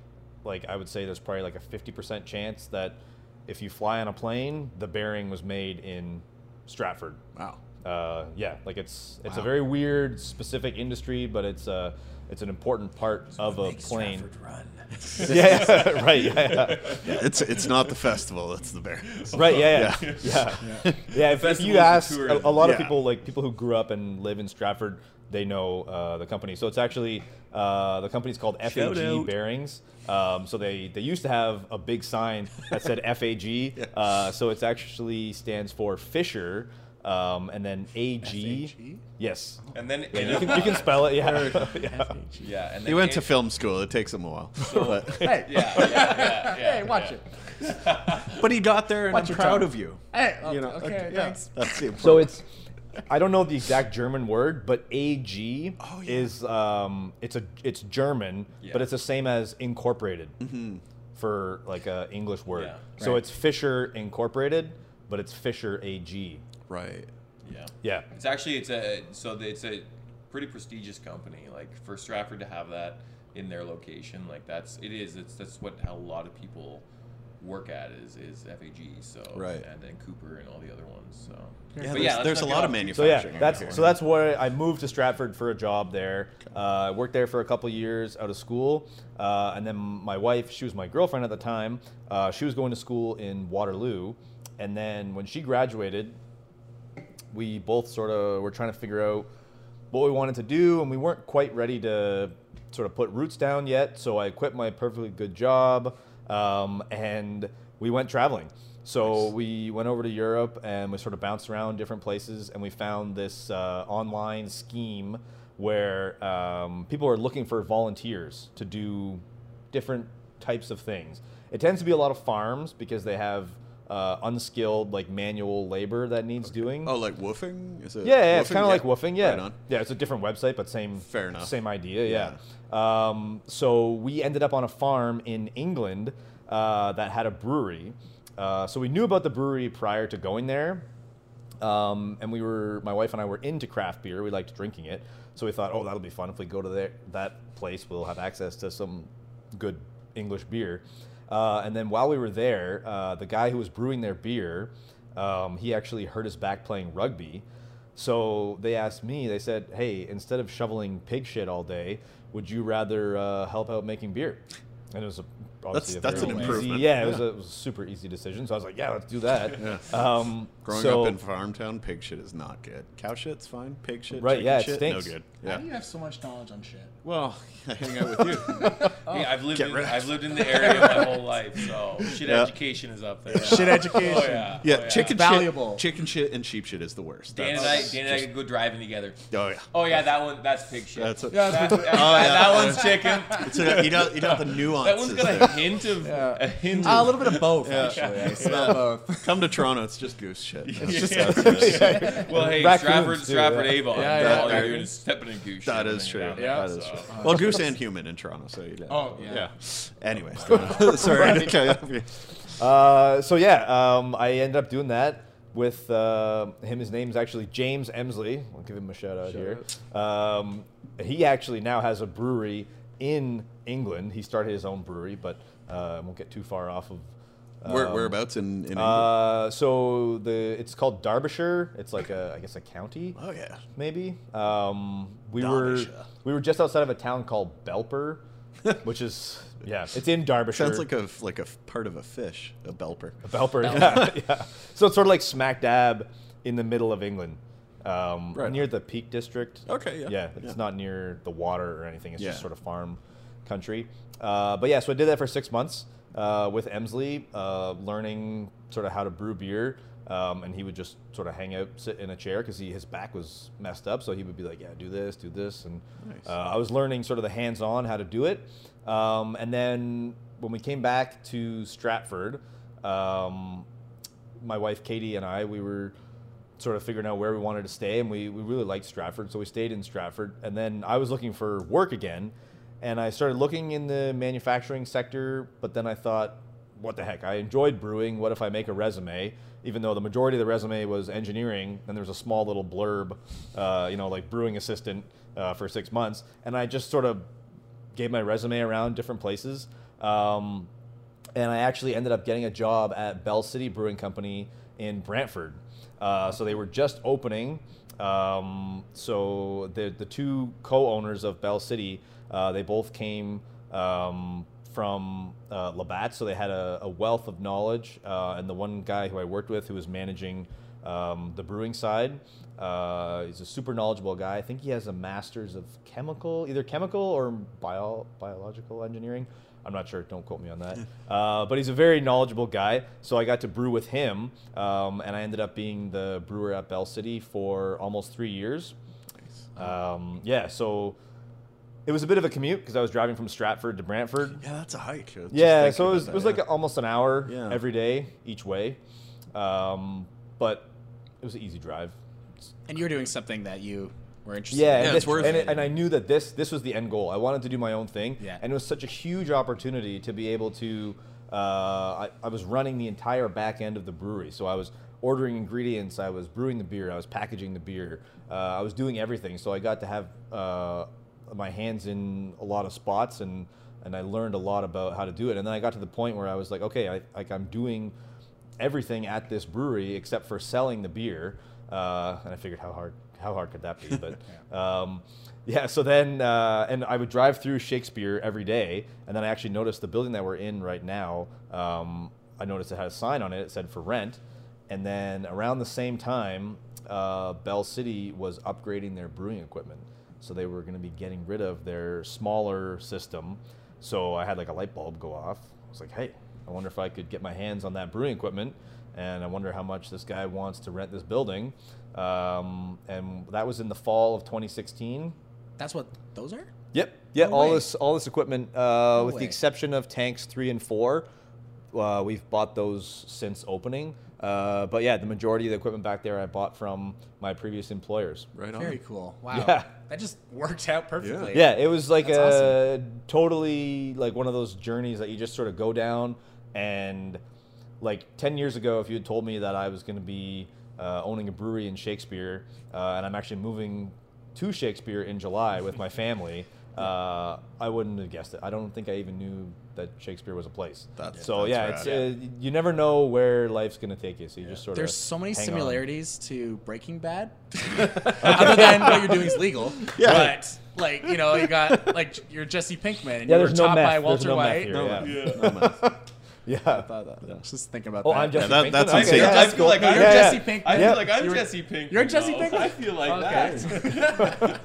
[SPEAKER 3] Like I would say, there's probably like a 50% chance that if you fly on a plane, the bearing was made in Stratford.
[SPEAKER 2] Wow.
[SPEAKER 3] Uh, yeah, like it's it's a
[SPEAKER 2] Wow.
[SPEAKER 3] very weird, specific industry, but it's uh, it's an important part of a plane.
[SPEAKER 4] run
[SPEAKER 3] yeah, yeah, right. Yeah, yeah.
[SPEAKER 2] Yeah, it's it's not the festival. It's the bear.
[SPEAKER 3] right. Yeah, yeah,
[SPEAKER 2] Yeah.
[SPEAKER 3] yeah. yeah. if, if
[SPEAKER 4] Festivals
[SPEAKER 3] you
[SPEAKER 4] of
[SPEAKER 3] ask a,
[SPEAKER 4] tourism.
[SPEAKER 3] a lot of
[SPEAKER 2] Yeah.
[SPEAKER 3] people, like people who grew up and live in Stratford, they know uh, the company. So it's actually uh, the company's called
[SPEAKER 2] Shout
[SPEAKER 3] FAG
[SPEAKER 2] out.
[SPEAKER 3] Bearings. Um, so they they used to have a big sign that said FAG. uh, so it's actually stands for Fisher, um, and then AG.
[SPEAKER 1] FAG?
[SPEAKER 3] Yes.
[SPEAKER 2] Oh.
[SPEAKER 4] and then
[SPEAKER 3] Yeah, you, can, you can spell it. Yeah. yeah.
[SPEAKER 4] yeah and then
[SPEAKER 2] He went to
[SPEAKER 4] it-
[SPEAKER 2] film school. It takes him a while, but,
[SPEAKER 1] Hey,
[SPEAKER 4] yeah, yeah, yeah, yeah,
[SPEAKER 1] hey, watch it.
[SPEAKER 2] but he got there, and
[SPEAKER 1] Watch
[SPEAKER 2] I'm
[SPEAKER 1] your
[SPEAKER 2] proud
[SPEAKER 1] tongue.
[SPEAKER 2] of you.
[SPEAKER 1] Hey,
[SPEAKER 2] You know,
[SPEAKER 1] okay,
[SPEAKER 2] okay, yeah.
[SPEAKER 1] thanks.
[SPEAKER 2] That's the important.
[SPEAKER 3] So it's I don't know the exact German word, but AG
[SPEAKER 2] Oh, yeah.
[SPEAKER 3] is um it's a it's German, but
[SPEAKER 4] Yeah.
[SPEAKER 3] it's the same as incorporated for like a English word.
[SPEAKER 4] Yeah.
[SPEAKER 3] So
[SPEAKER 1] Right.
[SPEAKER 3] it's Fisher Incorporated, but it's Fisher AG.
[SPEAKER 2] right.
[SPEAKER 4] yeah
[SPEAKER 3] Yeah.
[SPEAKER 4] It's actually it's a so the- it's a pretty prestigious company. Like for Stratford to have that in their location, like that's it is. It's that's what how a lot of people work at is is FAG. So
[SPEAKER 2] Right.
[SPEAKER 4] and then Cooper and all the other ones. So
[SPEAKER 2] Yeah,
[SPEAKER 4] But
[SPEAKER 2] there's,
[SPEAKER 4] let's
[SPEAKER 2] there's
[SPEAKER 4] not
[SPEAKER 2] a
[SPEAKER 4] get
[SPEAKER 2] lot of
[SPEAKER 4] off-
[SPEAKER 3] So yeah,
[SPEAKER 2] manufacturing.
[SPEAKER 3] that's
[SPEAKER 2] over
[SPEAKER 3] so that's where I moved to Stratford for a job there. Uh, I worked there for a couple years out of school, uh, and then my wife, she was my girlfriend at the time. Uh, she was going to school in Waterloo, and then when she graduated, we both sort of were trying to figure out what we wanted to do, and we weren't quite ready to sort of put roots down yet. So I quit my perfectly good job, um, and we went traveling. So we went over to Europe and we sort of bounced around different places, and we found this uh, online scheme where um, people are looking for volunteers to do different types of things. It tends to be a lot of farms because they have uh, unskilled, like manual labor that needs doing.
[SPEAKER 2] Oh, like woofing? Is it?
[SPEAKER 3] Yeah, yeah, it's
[SPEAKER 2] woofing?
[SPEAKER 3] kind of like woofing. Yeah,
[SPEAKER 2] Right on.
[SPEAKER 3] yeah, it's a different website, but same.
[SPEAKER 2] Fair enough.
[SPEAKER 3] Same idea. Yeah. Um, so we ended up on a farm in England uh, that had a brewery. Uh, so we knew about the brewery prior to going there, um, and we were my wife and I were into craft beer. We liked drinking it, so we thought, oh, that'll be fun if we go to there, that place. We'll have access to some good English beer. Uh, and then while we were there, uh, the guy who was brewing their beer, um, he actually hurt his back playing rugby. So they asked me. They said, hey, instead of shoveling pig shit all day, would you rather uh, help out making beer? And it was a, obviously a
[SPEAKER 2] that's
[SPEAKER 3] very
[SPEAKER 2] an
[SPEAKER 3] easy-
[SPEAKER 2] improvement.
[SPEAKER 3] yeah, it was, a, it was a super easy decision. So I was like, yeah, let's do that.
[SPEAKER 2] Yeah.
[SPEAKER 3] Um,
[SPEAKER 2] Growing
[SPEAKER 3] so-
[SPEAKER 2] up in farm town, pig shit is not good. Cow shit's fine. Pig shit,
[SPEAKER 3] Right,
[SPEAKER 2] chicken
[SPEAKER 3] yeah, it
[SPEAKER 2] shit,
[SPEAKER 3] stinks.
[SPEAKER 2] no good.
[SPEAKER 1] How do
[SPEAKER 2] Yeah.
[SPEAKER 1] you have so much knowledge on shit?
[SPEAKER 2] Well, I hang out with you.
[SPEAKER 4] Yeah, I've lived
[SPEAKER 2] Get
[SPEAKER 4] in,
[SPEAKER 2] rid of
[SPEAKER 4] I've lived in the area my whole life, so shit
[SPEAKER 2] Yeah.
[SPEAKER 4] education is up there.
[SPEAKER 1] Shit education.
[SPEAKER 4] Oh, yeah.
[SPEAKER 2] Yeah,
[SPEAKER 4] oh,
[SPEAKER 2] chicken
[SPEAKER 1] Valuable.
[SPEAKER 2] shit, chicken shit, and sheep shit is the worst.
[SPEAKER 4] Dan and I,
[SPEAKER 2] That's
[SPEAKER 4] Dan and I could go driving together.
[SPEAKER 2] just- Oh yeah.
[SPEAKER 4] Oh yeah, that one. That's pig shit.
[SPEAKER 2] That's a, Oh,
[SPEAKER 1] Yeah,
[SPEAKER 4] that,
[SPEAKER 1] that's
[SPEAKER 4] that-
[SPEAKER 1] what-
[SPEAKER 2] yeah.
[SPEAKER 4] that one's chicken.
[SPEAKER 2] it's a, you know you know the
[SPEAKER 4] That
[SPEAKER 2] nuances.
[SPEAKER 4] one's gonna
[SPEAKER 2] there.
[SPEAKER 4] hint of
[SPEAKER 3] Yeah.
[SPEAKER 4] a hint.
[SPEAKER 1] Uh, a
[SPEAKER 4] of,
[SPEAKER 1] little bit of both,
[SPEAKER 2] Yeah.
[SPEAKER 1] actually. I smell both.
[SPEAKER 2] Come to Toronto, it's just goose shit.
[SPEAKER 4] Yeah.
[SPEAKER 2] That's-
[SPEAKER 4] well, hey,
[SPEAKER 3] Raccoons
[SPEAKER 4] Stratford,
[SPEAKER 3] too,
[SPEAKER 4] Stratford
[SPEAKER 3] yeah.
[SPEAKER 4] Avon.
[SPEAKER 1] Yeah,
[SPEAKER 4] that's
[SPEAKER 1] yeah,
[SPEAKER 4] all
[SPEAKER 2] yeah.
[SPEAKER 4] you're doing is stepping in goose.
[SPEAKER 2] That
[SPEAKER 4] shit
[SPEAKER 2] is
[SPEAKER 4] when
[SPEAKER 2] true.
[SPEAKER 4] you're down there,
[SPEAKER 1] Yeah.
[SPEAKER 2] That is
[SPEAKER 4] so.
[SPEAKER 2] true. Well, goose and human in Toronto, so yeah.
[SPEAKER 1] Oh, yeah.
[SPEAKER 2] Anyway, sorry. to cut you off.
[SPEAKER 3] Uh, so yeah, um, I ended up doing that with uh, him. His name's actually James Emsley. I'll give him a shout out here. Um, he actually now has a brewery in England. He started his own brewery, but uh, I won't get too far off of.
[SPEAKER 2] Where,
[SPEAKER 3] um,
[SPEAKER 2] whereabouts in, in England?
[SPEAKER 3] Uh, so the it's called Derbyshire. It's like a I guess a county
[SPEAKER 2] oh yeah.
[SPEAKER 3] maybe. Um, we were
[SPEAKER 2] Derbyshire.
[SPEAKER 3] we were just outside of a town called Belper, which is yeah, it's in Derbyshire.
[SPEAKER 2] Sounds like a f- like a f- part of a fish, a belper.
[SPEAKER 3] A Belper, yeah, yeah. So it's sort of like smack dab in the middle of England, um,
[SPEAKER 2] Right.
[SPEAKER 3] near the Peak District.
[SPEAKER 2] Okay, yeah.
[SPEAKER 3] Yeah, it's
[SPEAKER 2] Yeah.
[SPEAKER 3] not near the water or anything. It's
[SPEAKER 2] Yeah.
[SPEAKER 3] just sort of farm country. Uh, but yeah, so I did that for six months uh, with Emsley, uh, learning sort of how to brew beer. Um, and he would just sort of hang out, sit in a chair because his back was messed up. So he would be like, "Yeah, do this, do this," and
[SPEAKER 2] Nice.
[SPEAKER 3] uh, I was learning sort of the hands-on how to do it, um, and then when we came back to Stratford, um, my wife Katie and I we were sort of figuring out where we wanted to stay, and we, we really liked Stratford, so we stayed in Stratford. And then I was looking for work again, and I started looking in the manufacturing sector, but then I thought, what the heck? I enjoyed brewing. What if I make a resume? Even though the majority of the resume was engineering, and there was a small little blurb, uh, you know, like brewing assistant uh, for six months, and I just sort of gave my resume around different places. Um, and I actually ended up getting a job at Bell City Brewing Company in Brantford. Uh, so they were just opening. Um, so the the two co-owners of Bell City, uh, they both came um, from uh, Labatt, so they had a, a wealth of knowledge. Uh, and the one guy who I worked with, who was managing um, the brewing side, uh, he's a super knowledgeable guy. I think he has a master's of chemical, either chemical or bio, biological engineering. I'm not sure. Don't quote me on that. Uh, but he's a very knowledgeable guy. So I got to brew with him, um, and I ended up being the brewer at Bell City for almost three years. Um, yeah. So it was a bit of a commute because I was driving from Stratford to Brantford.
[SPEAKER 2] Yeah, that's a hike. I was just
[SPEAKER 3] Yeah,
[SPEAKER 2] thinking
[SPEAKER 3] so it was,
[SPEAKER 2] about
[SPEAKER 3] it was
[SPEAKER 2] that,
[SPEAKER 3] like
[SPEAKER 2] yeah.
[SPEAKER 3] almost an hour
[SPEAKER 2] Yeah.
[SPEAKER 3] every day, each way. Um, but it was an easy drive.
[SPEAKER 1] And you're doing something that you were interested
[SPEAKER 3] Yeah,
[SPEAKER 1] in.
[SPEAKER 3] and,
[SPEAKER 2] it's
[SPEAKER 3] this-
[SPEAKER 2] worth
[SPEAKER 3] and,
[SPEAKER 2] it.
[SPEAKER 3] it- and I knew that this this was the end goal. I wanted to do my own thing,
[SPEAKER 1] Yeah.
[SPEAKER 3] and it was such a huge opportunity to be able to. Uh, I, I was running the entire back end of the brewery, so I was ordering ingredients, I was brewing the beer, I was packaging the beer, uh, I was doing everything. So I got to have uh, my hands in a lot of spots, and and I learned a lot about how to do it. And then I got to the point where I was like, okay, I, like I'm doing everything at this brewery except for selling the beer. Uh, and I figured how hard how hard could that be? But um, yeah, so then uh, and I would drive through Shakespeare every day, and then I actually noticed the building that we're in right now. Um, I noticed it had a sign on it. It said for rent. And then around the same time, uh, Bell City was upgrading their brewing equipment. So they were going to be getting rid of their smaller system. So I had like a light bulb go off. I was like, hey, I wonder if I could get my hands on that brewing equipment. And I wonder how much this guy wants to rent this building. Um, and that was in the fall of 2016.
[SPEAKER 1] That's what those are?
[SPEAKER 3] Yep. Yeah.
[SPEAKER 1] No
[SPEAKER 3] all
[SPEAKER 1] way.
[SPEAKER 3] this, all this equipment, uh, with
[SPEAKER 1] way.
[SPEAKER 3] the exception of tanks three and four, uh, we've bought those since opening. Uh, but yeah, the majority of the equipment back there I bought from my previous employers.
[SPEAKER 2] right on.
[SPEAKER 1] Very cool. Wow.
[SPEAKER 3] Yeah.
[SPEAKER 1] That just worked out perfectly.
[SPEAKER 3] Yeah, it was like
[SPEAKER 1] That's
[SPEAKER 3] a totally like one of those journeys that you just sort of go down. And like ten years ago, if you had told me that I was going to be uh, owning a brewery in Shakespeare, uh, and I'm actually moving to Shakespeare in July with my family, uh, I wouldn't have guessed it. I don't think I even knew that Shakespeare was a place.
[SPEAKER 2] That's-
[SPEAKER 3] so
[SPEAKER 2] that's
[SPEAKER 3] yeah, it's
[SPEAKER 2] rad.
[SPEAKER 3] uh, you never know where life's going to take you. So you just sort of
[SPEAKER 1] There's so many
[SPEAKER 3] hang on.
[SPEAKER 1] similarities to Breaking Bad. Other than what you're doing is legal.
[SPEAKER 2] Yeah.
[SPEAKER 1] But like, you know, you got like you're Jesse Pinkman and
[SPEAKER 3] Yeah,
[SPEAKER 1] you were
[SPEAKER 3] there's no
[SPEAKER 1] taught
[SPEAKER 3] meth.
[SPEAKER 1] by
[SPEAKER 3] There's
[SPEAKER 1] Walter
[SPEAKER 3] no meth
[SPEAKER 1] White.
[SPEAKER 3] here,
[SPEAKER 1] No,
[SPEAKER 3] yeah.
[SPEAKER 1] I
[SPEAKER 3] Yeah.
[SPEAKER 1] thought that. I was just thinking about
[SPEAKER 3] Oh,
[SPEAKER 1] that.
[SPEAKER 3] I'm Jesse
[SPEAKER 2] that-
[SPEAKER 3] Pinkman?
[SPEAKER 2] that's
[SPEAKER 3] Okay,
[SPEAKER 2] insane.
[SPEAKER 1] you're
[SPEAKER 2] Yeah,
[SPEAKER 1] Jesse,
[SPEAKER 4] I feel like
[SPEAKER 1] no,
[SPEAKER 4] I'm-
[SPEAKER 1] you're
[SPEAKER 3] Yeah, yeah.
[SPEAKER 1] Jesse Pinkman.
[SPEAKER 4] I
[SPEAKER 3] Yeah.
[SPEAKER 4] feel like I'm
[SPEAKER 1] You're-
[SPEAKER 4] Jesse Pinkman.
[SPEAKER 1] you're Jesse
[SPEAKER 4] now.
[SPEAKER 1] Pinkman?
[SPEAKER 4] I feel like
[SPEAKER 1] Okay.
[SPEAKER 4] that.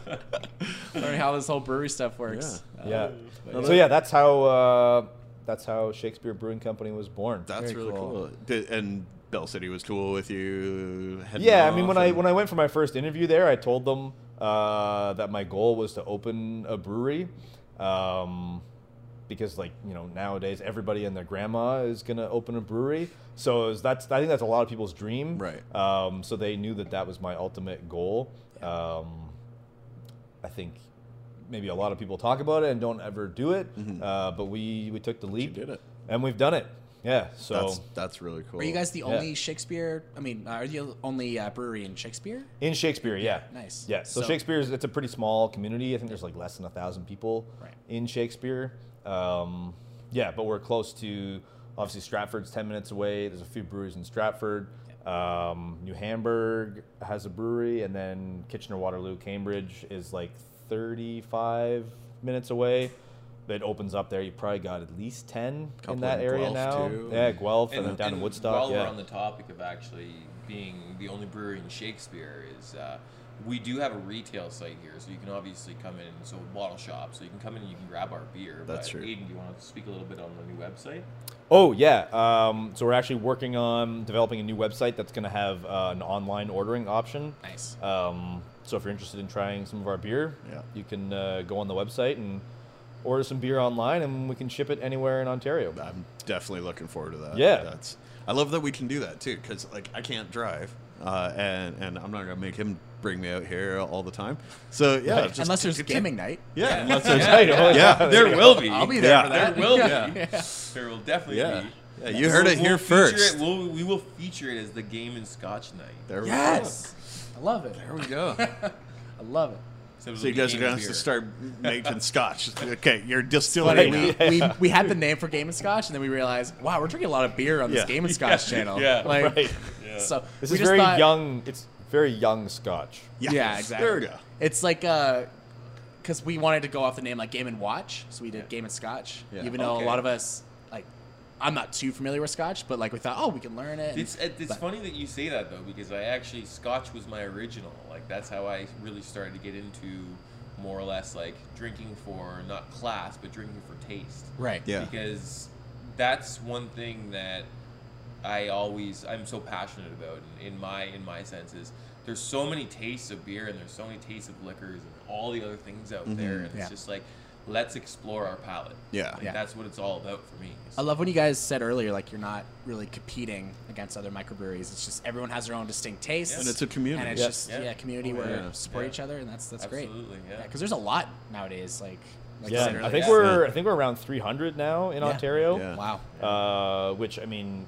[SPEAKER 1] Learn how this whole brewery stuff works.
[SPEAKER 3] Yeah. So yeah, that's how uh, that's how Shakespeare Brewing Company was born.
[SPEAKER 2] That's
[SPEAKER 1] Very
[SPEAKER 2] really
[SPEAKER 1] cool.
[SPEAKER 2] cool. Did- and Bell City was cool with you. heading
[SPEAKER 3] yeah, I mean
[SPEAKER 2] off
[SPEAKER 3] when I
[SPEAKER 2] and-
[SPEAKER 3] when I went for my first interview there, I told them uh, that my goal was to open a brewery. Um, because like you know nowadays everybody and their grandma is gonna open a brewery. So it was- that's I think that's a lot of people's dream.
[SPEAKER 2] Right.
[SPEAKER 3] Um, so they knew that that was my ultimate goal. Um, I think maybe a lot of people talk about it and don't ever do it. Uh, but we we took the leap.
[SPEAKER 2] Mm-hmm. did it.
[SPEAKER 3] And we've done it. Yeah. So
[SPEAKER 2] That's that's really cool.
[SPEAKER 1] Are you guys the
[SPEAKER 3] Yeah.
[SPEAKER 1] only Shakespeare? I mean, are you the only uh, brewery in Shakespeare?
[SPEAKER 3] In Shakespeare, yeah.
[SPEAKER 1] Nice.
[SPEAKER 3] Yeah. So,
[SPEAKER 1] So-
[SPEAKER 3] Shakespeare's it's a pretty small community. I think there's like less than a thousand people
[SPEAKER 1] Right.
[SPEAKER 3] in Shakespeare. Um, yeah, but we're close to obviously Stratford's ten minutes away. There's a few breweries in Stratford. Um, New Hamburg has a brewery, and then Kitchener Waterloo, Cambridge is like thirty-five minutes away. It opens up there. You probably got at least ten in
[SPEAKER 2] Couple
[SPEAKER 3] that
[SPEAKER 2] in
[SPEAKER 3] area
[SPEAKER 2] Guelph,
[SPEAKER 3] now.
[SPEAKER 2] too.
[SPEAKER 3] Yeah, Guelph, and, then down in Woodstock.
[SPEAKER 4] While
[SPEAKER 3] yeah.
[SPEAKER 4] we're on the topic of actually being the only brewery in Shakespeare, is uh, we do have a retail site here, so you can obviously come in. So bottle shop, so you can come in and you can grab our beer.
[SPEAKER 2] That's
[SPEAKER 4] but
[SPEAKER 2] true.
[SPEAKER 4] Aiden, do you want to speak a little bit on the new website?
[SPEAKER 3] Oh yeah. Um, so we're actually working on developing a new website that's going to have uh, an online ordering option.
[SPEAKER 1] Nice.
[SPEAKER 3] Um, so if you're interested in trying some of our beer,
[SPEAKER 2] Yeah.
[SPEAKER 3] you can uh, go on the website and order some beer online, and we can ship it anywhere in Ontario.
[SPEAKER 2] I'm definitely looking forward to that.
[SPEAKER 3] Yeah.
[SPEAKER 2] that's. I love that we can do that too, because like I can't drive, uh, and and I'm not gonna make him bring me out here all the time. So yeah, Uh, just-
[SPEAKER 1] Unless there's gaming night.
[SPEAKER 2] Yeah, unless there's
[SPEAKER 3] I know,
[SPEAKER 2] Yeah.
[SPEAKER 4] there
[SPEAKER 3] you
[SPEAKER 4] will be.
[SPEAKER 1] I'll be there
[SPEAKER 2] Yeah.
[SPEAKER 1] for
[SPEAKER 4] There
[SPEAKER 1] that.
[SPEAKER 4] will be.
[SPEAKER 1] Yeah.
[SPEAKER 4] There will definitely
[SPEAKER 2] yeah,
[SPEAKER 4] be.
[SPEAKER 2] yeah. You heard it
[SPEAKER 4] We'll-
[SPEAKER 2] here
[SPEAKER 4] we'll feature
[SPEAKER 2] first.
[SPEAKER 4] It, we'll, we will feature it as the game and Scotch night.
[SPEAKER 2] There we
[SPEAKER 1] Yes. I love it.
[SPEAKER 2] go. There we go.
[SPEAKER 1] I love it.
[SPEAKER 4] it'll
[SPEAKER 2] So you
[SPEAKER 4] be
[SPEAKER 2] guys are
[SPEAKER 4] game
[SPEAKER 2] gonna have
[SPEAKER 4] and
[SPEAKER 2] to
[SPEAKER 4] beer.
[SPEAKER 2] start making scotch. Okay, you're
[SPEAKER 1] Funny,
[SPEAKER 2] distilling now.
[SPEAKER 1] we, we, we had the name for Game and Scotch, and then we realized, wow, we're drinking a lot of beer on this
[SPEAKER 2] Yeah.
[SPEAKER 1] Game and Scotch channel.
[SPEAKER 4] Yeah.
[SPEAKER 1] Like,
[SPEAKER 3] Right.
[SPEAKER 4] Yeah.
[SPEAKER 1] So
[SPEAKER 3] This
[SPEAKER 1] we
[SPEAKER 3] is
[SPEAKER 1] just
[SPEAKER 3] very
[SPEAKER 1] thought-
[SPEAKER 3] young. It's very young Scotch.
[SPEAKER 1] Yeah, exactly.
[SPEAKER 2] There we go.
[SPEAKER 1] It's like uh 'cause because we wanted to go off the name like Game and Watch, so we did Game and Scotch.
[SPEAKER 2] Yeah.
[SPEAKER 1] Even though
[SPEAKER 4] Okay.
[SPEAKER 1] a lot of us like, I'm not too familiar with Scotch, but like we thought, oh, we can learn it.
[SPEAKER 4] It's it's
[SPEAKER 1] But-
[SPEAKER 4] funny that you say that though because I actually Scotch was my original. Like that's how I really started to get into more or less like drinking for not class but drinking for taste.
[SPEAKER 1] right.
[SPEAKER 2] Yeah.
[SPEAKER 4] Because that's one thing that I always I'm so passionate about in, in my in my senses. There's so many tastes of beer and there's so many tastes of liquors and all the other things out there and
[SPEAKER 1] Yeah.
[SPEAKER 4] it's just like let's explore our palate.
[SPEAKER 2] Mm-hmm. Yeah.
[SPEAKER 4] Like,
[SPEAKER 1] Yeah.
[SPEAKER 4] That's what it's all about for me.
[SPEAKER 1] I love when you guys said earlier, like you're not really competing against other microbreweries. It's just everyone has their own distinct tastes,
[SPEAKER 2] And it's a community.
[SPEAKER 1] and it's
[SPEAKER 3] Yeah.
[SPEAKER 1] just
[SPEAKER 4] Yeah.
[SPEAKER 1] yeah, community
[SPEAKER 4] Oh,
[SPEAKER 1] where
[SPEAKER 2] yeah.
[SPEAKER 1] you support
[SPEAKER 4] Yeah.
[SPEAKER 1] each other, and that's that's great.
[SPEAKER 4] Absolutely, yeah.
[SPEAKER 1] Yeah, because there's a lot nowadays. Like, like you
[SPEAKER 3] yeah,
[SPEAKER 1] said
[SPEAKER 3] I
[SPEAKER 1] earlier.
[SPEAKER 3] think
[SPEAKER 4] yeah.
[SPEAKER 3] we're I think we're around 300 now in
[SPEAKER 1] Yeah.
[SPEAKER 3] Ontario.
[SPEAKER 2] Yeah.
[SPEAKER 1] wow.
[SPEAKER 3] Uh, which I mean,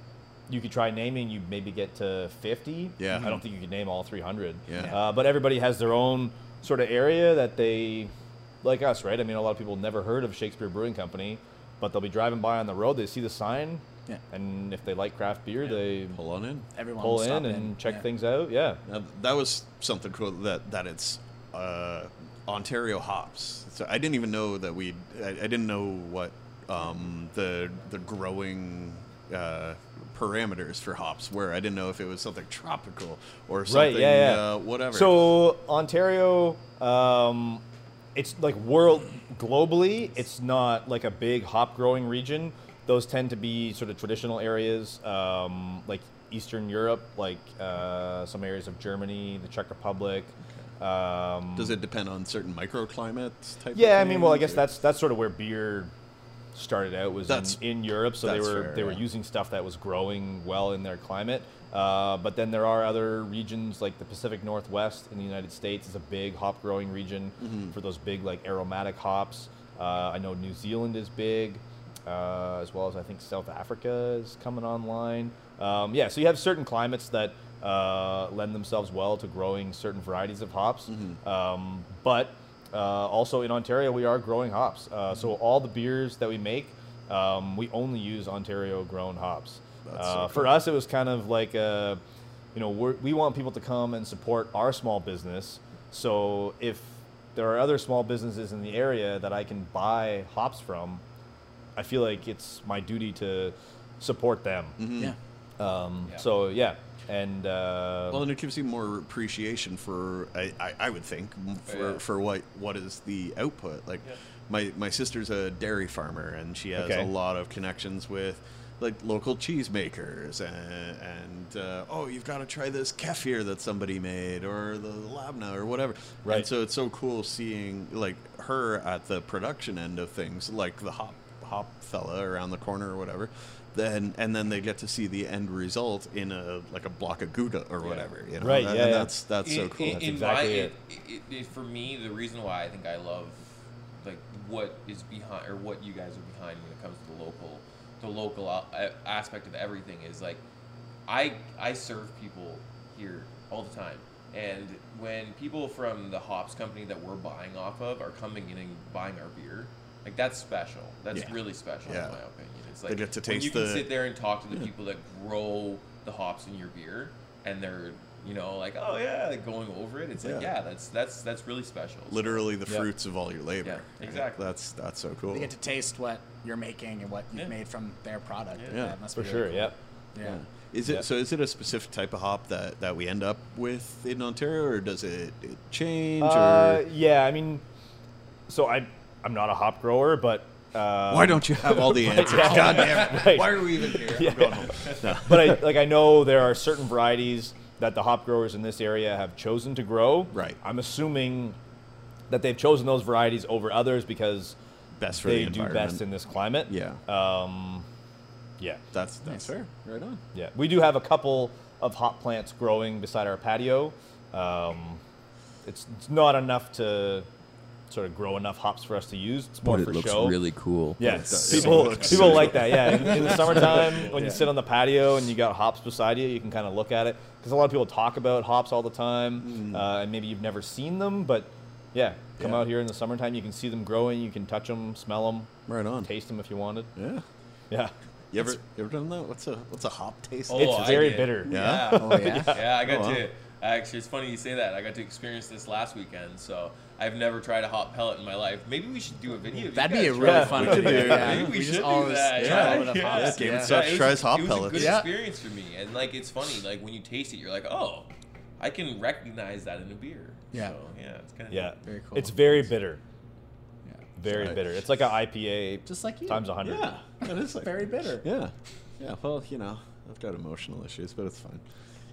[SPEAKER 3] you could try naming. You maybe get to fifty.
[SPEAKER 2] Yeah.
[SPEAKER 3] I don't think you could name all three hundred.
[SPEAKER 2] Yeah. Yeah.
[SPEAKER 3] Uh, but everybody has their own sort of area that they, like us, right? I mean, a lot of people never heard of Shakespeare Brewing Company, but they'll be driving by on the road. They see the sign,
[SPEAKER 1] Yeah.
[SPEAKER 3] and if they like craft beer, they
[SPEAKER 2] Pull on in.
[SPEAKER 1] Everyone
[SPEAKER 3] pull
[SPEAKER 1] will stop
[SPEAKER 3] in and check
[SPEAKER 1] Yeah.
[SPEAKER 3] things out. Yeah.
[SPEAKER 2] Now, that was something cool that that it's uh, Ontario hops. So I didn't even know that we. I, I didn't know what um, the the growing uh, parameters for hops were. I didn't know if it was something tropical or something.
[SPEAKER 3] right, yeah, yeah.
[SPEAKER 2] Uh, whatever.
[SPEAKER 3] So Ontario, um, it's like world globally, it's not like a big hop growing region. Those tend to be sort of traditional areas, um, like Eastern Europe, like uh, some areas of Germany, the Czech Republic. Um,
[SPEAKER 2] does it depend on certain microclimates? Type.
[SPEAKER 3] yeah, I
[SPEAKER 2] of
[SPEAKER 3] mean, well, I
[SPEAKER 2] things,
[SPEAKER 3] guess
[SPEAKER 2] or-
[SPEAKER 3] that's that's sort of where beer started out was in,
[SPEAKER 2] That's-
[SPEAKER 3] in Europe. So they
[SPEAKER 2] that's
[SPEAKER 3] were
[SPEAKER 2] fair,
[SPEAKER 3] they were
[SPEAKER 2] yeah.
[SPEAKER 3] using stuff that was growing well in their climate. Uh, but then there are other regions like the Pacific Northwest in the United States is a big hop growing region
[SPEAKER 2] Mm-hmm.
[SPEAKER 3] for those big like aromatic hops. Uh, I know New Zealand is big, uh, as well as I think South Africa is coming online. Um, yeah, so you have certain climates that uh, lend themselves well to growing certain varieties of hops.
[SPEAKER 2] Mm-hmm.
[SPEAKER 3] Um, but uh, also in Ontario, we are growing hops. Uh, so all the beers that we make, um, we only use Ontario grown hops.
[SPEAKER 2] That's so
[SPEAKER 3] Uh, For us, it was kind of like, uh you know, we're, we want people to come and support our small business. So if there are other small businesses in the area that I can buy hops from, I feel like it's my duty to support them.
[SPEAKER 2] Mm-hmm.
[SPEAKER 1] Yeah.
[SPEAKER 3] Um,
[SPEAKER 4] Yeah.
[SPEAKER 3] So yeah, and uh,
[SPEAKER 2] Well, and it gives you more appreciation for I, I, I would think m- for,
[SPEAKER 4] Yeah.
[SPEAKER 2] for what what is the output. Like
[SPEAKER 4] Yeah.
[SPEAKER 2] my my sister's a dairy farmer, and she has
[SPEAKER 3] Okay.
[SPEAKER 2] a lot of connections with like local cheesemakers, and, and uh, oh, you've got to try this kefir that somebody made, or the labna, or whatever.
[SPEAKER 3] Right.
[SPEAKER 2] And so it's so cool seeing like her at the production end of things, like the hop hop fella around the corner or whatever. Then and then they get to see the end result in a like a block of gouda or whatever. You know?
[SPEAKER 3] Right,
[SPEAKER 2] And
[SPEAKER 3] yeah, yeah.
[SPEAKER 2] That's that's so
[SPEAKER 4] In-
[SPEAKER 2] cool.
[SPEAKER 4] in-
[SPEAKER 3] That's
[SPEAKER 4] in
[SPEAKER 3] exactly
[SPEAKER 4] my-
[SPEAKER 3] it.
[SPEAKER 4] it- it- for me, the reason why I think I love like what is behind or what you guys are behind when it comes to the local, the local a- aspect of everything is like I I serve people here all the time. And when people from the hops company that we're buying off of are coming in and buying our beer, like that's special. That's
[SPEAKER 2] Yeah.
[SPEAKER 4] really special
[SPEAKER 2] Yeah.
[SPEAKER 4] in my opinion. It's
[SPEAKER 2] They
[SPEAKER 4] like
[SPEAKER 2] get to
[SPEAKER 4] when you
[SPEAKER 2] taste
[SPEAKER 4] can
[SPEAKER 2] the-
[SPEAKER 4] sit there and talk to the people that grow the hops in your beer, and they're you know like oh yeah, like going over it. It's like
[SPEAKER 2] Yeah.
[SPEAKER 4] yeah, that's that's that's really special.
[SPEAKER 2] Literally the
[SPEAKER 3] Yeah.
[SPEAKER 2] fruits of all your labor.
[SPEAKER 4] Yeah, exactly.
[SPEAKER 2] That's that's so cool.
[SPEAKER 1] They get to taste what you're making and what you've
[SPEAKER 4] Yeah.
[SPEAKER 1] made from their product.
[SPEAKER 4] Yeah.
[SPEAKER 2] Yeah,
[SPEAKER 1] that must
[SPEAKER 3] for
[SPEAKER 1] be
[SPEAKER 3] sure.
[SPEAKER 1] really
[SPEAKER 3] Yep.
[SPEAKER 1] cool.
[SPEAKER 2] Yeah.
[SPEAKER 1] Yeah.
[SPEAKER 2] Is it
[SPEAKER 3] Yeah.
[SPEAKER 2] so? Is it a specific type of hop that, that we end up with in Ontario, or does it, it change?
[SPEAKER 3] Uh,
[SPEAKER 2] or
[SPEAKER 3] yeah, I mean, so I I'm not a hop grower, but uh,
[SPEAKER 2] why don't you have all the answers?
[SPEAKER 3] yeah.
[SPEAKER 2] God damn it!
[SPEAKER 3] Right.
[SPEAKER 2] Why are we even here?
[SPEAKER 3] Yeah.
[SPEAKER 2] I'm going home. No.
[SPEAKER 3] but I like I know there are certain varieties that the hop growers in this area have chosen to grow.
[SPEAKER 2] Right.
[SPEAKER 3] I'm assuming that they've chosen those varieties over others because
[SPEAKER 2] Best for
[SPEAKER 3] they
[SPEAKER 2] the
[SPEAKER 3] do
[SPEAKER 2] environment.
[SPEAKER 3] best in this climate.
[SPEAKER 2] yeah,
[SPEAKER 3] Um, yeah.
[SPEAKER 2] that's that's fair. Right on.
[SPEAKER 3] Yeah. We do have a couple of hop plants growing beside our patio. Um, it's, it's not enough to sort of grow enough hops for us to use. It's more for show.
[SPEAKER 4] cool.
[SPEAKER 3] Yes,
[SPEAKER 2] It
[SPEAKER 3] people
[SPEAKER 2] looks
[SPEAKER 3] people
[SPEAKER 2] so
[SPEAKER 3] like that. Yeah, in, in the summertime when you sit on the patio and you got hops beside you, you can kind of look at it because a lot of people talk about hops all the time, uh, and maybe you've never seen them, but yeah, come
[SPEAKER 2] Yeah.
[SPEAKER 3] out here in the summertime, you can see them growing, you can touch them, smell them,
[SPEAKER 2] Right on.
[SPEAKER 3] taste them if you wanted.
[SPEAKER 2] Yeah.
[SPEAKER 3] Yeah,
[SPEAKER 2] You ever you ever done that? What's a what's a hop taste?
[SPEAKER 4] Oh,
[SPEAKER 3] it's
[SPEAKER 4] I
[SPEAKER 3] very
[SPEAKER 4] did.
[SPEAKER 3] bitter.
[SPEAKER 2] Yeah?
[SPEAKER 4] Yeah.
[SPEAKER 1] Oh, yeah?
[SPEAKER 4] yeah, I got
[SPEAKER 2] Oh, wow.
[SPEAKER 4] to. Actually, it's funny you say that. I got to experience this last weekend, so I've never tried a hot pellet in my life. Maybe we should do a video. of you
[SPEAKER 1] That'd
[SPEAKER 4] guys
[SPEAKER 1] be a
[SPEAKER 4] trying
[SPEAKER 1] really
[SPEAKER 3] Yeah,
[SPEAKER 1] fun
[SPEAKER 2] we could
[SPEAKER 1] video.
[SPEAKER 2] do-
[SPEAKER 1] Yeah.
[SPEAKER 4] maybe
[SPEAKER 1] We
[SPEAKER 4] we
[SPEAKER 1] just
[SPEAKER 4] should do
[SPEAKER 1] always
[SPEAKER 4] that.
[SPEAKER 1] try
[SPEAKER 4] Yeah.
[SPEAKER 1] all the
[SPEAKER 4] Yeah.
[SPEAKER 1] hops,
[SPEAKER 2] Game
[SPEAKER 1] yeah.
[SPEAKER 2] and stuff.
[SPEAKER 4] it was-
[SPEAKER 2] tries hop
[SPEAKER 4] it was
[SPEAKER 2] pellets.
[SPEAKER 4] a good
[SPEAKER 1] Yeah.
[SPEAKER 4] experience for me, and like it's funny. Like when you taste it, you're like, oh, I can recognize that in a beer.
[SPEAKER 1] Yeah.
[SPEAKER 4] so, yeah, it's kind of
[SPEAKER 3] yeah,
[SPEAKER 1] Very cool.
[SPEAKER 3] It's very bitter,
[SPEAKER 1] Yeah.
[SPEAKER 3] very
[SPEAKER 2] Right.
[SPEAKER 3] bitter. It's like an IPA
[SPEAKER 1] Just like you.
[SPEAKER 3] times hundred.
[SPEAKER 2] Yeah, that is like,
[SPEAKER 1] Very bitter.
[SPEAKER 2] Yeah, yeah. Well, you know, I've got emotional issues, but it's fine.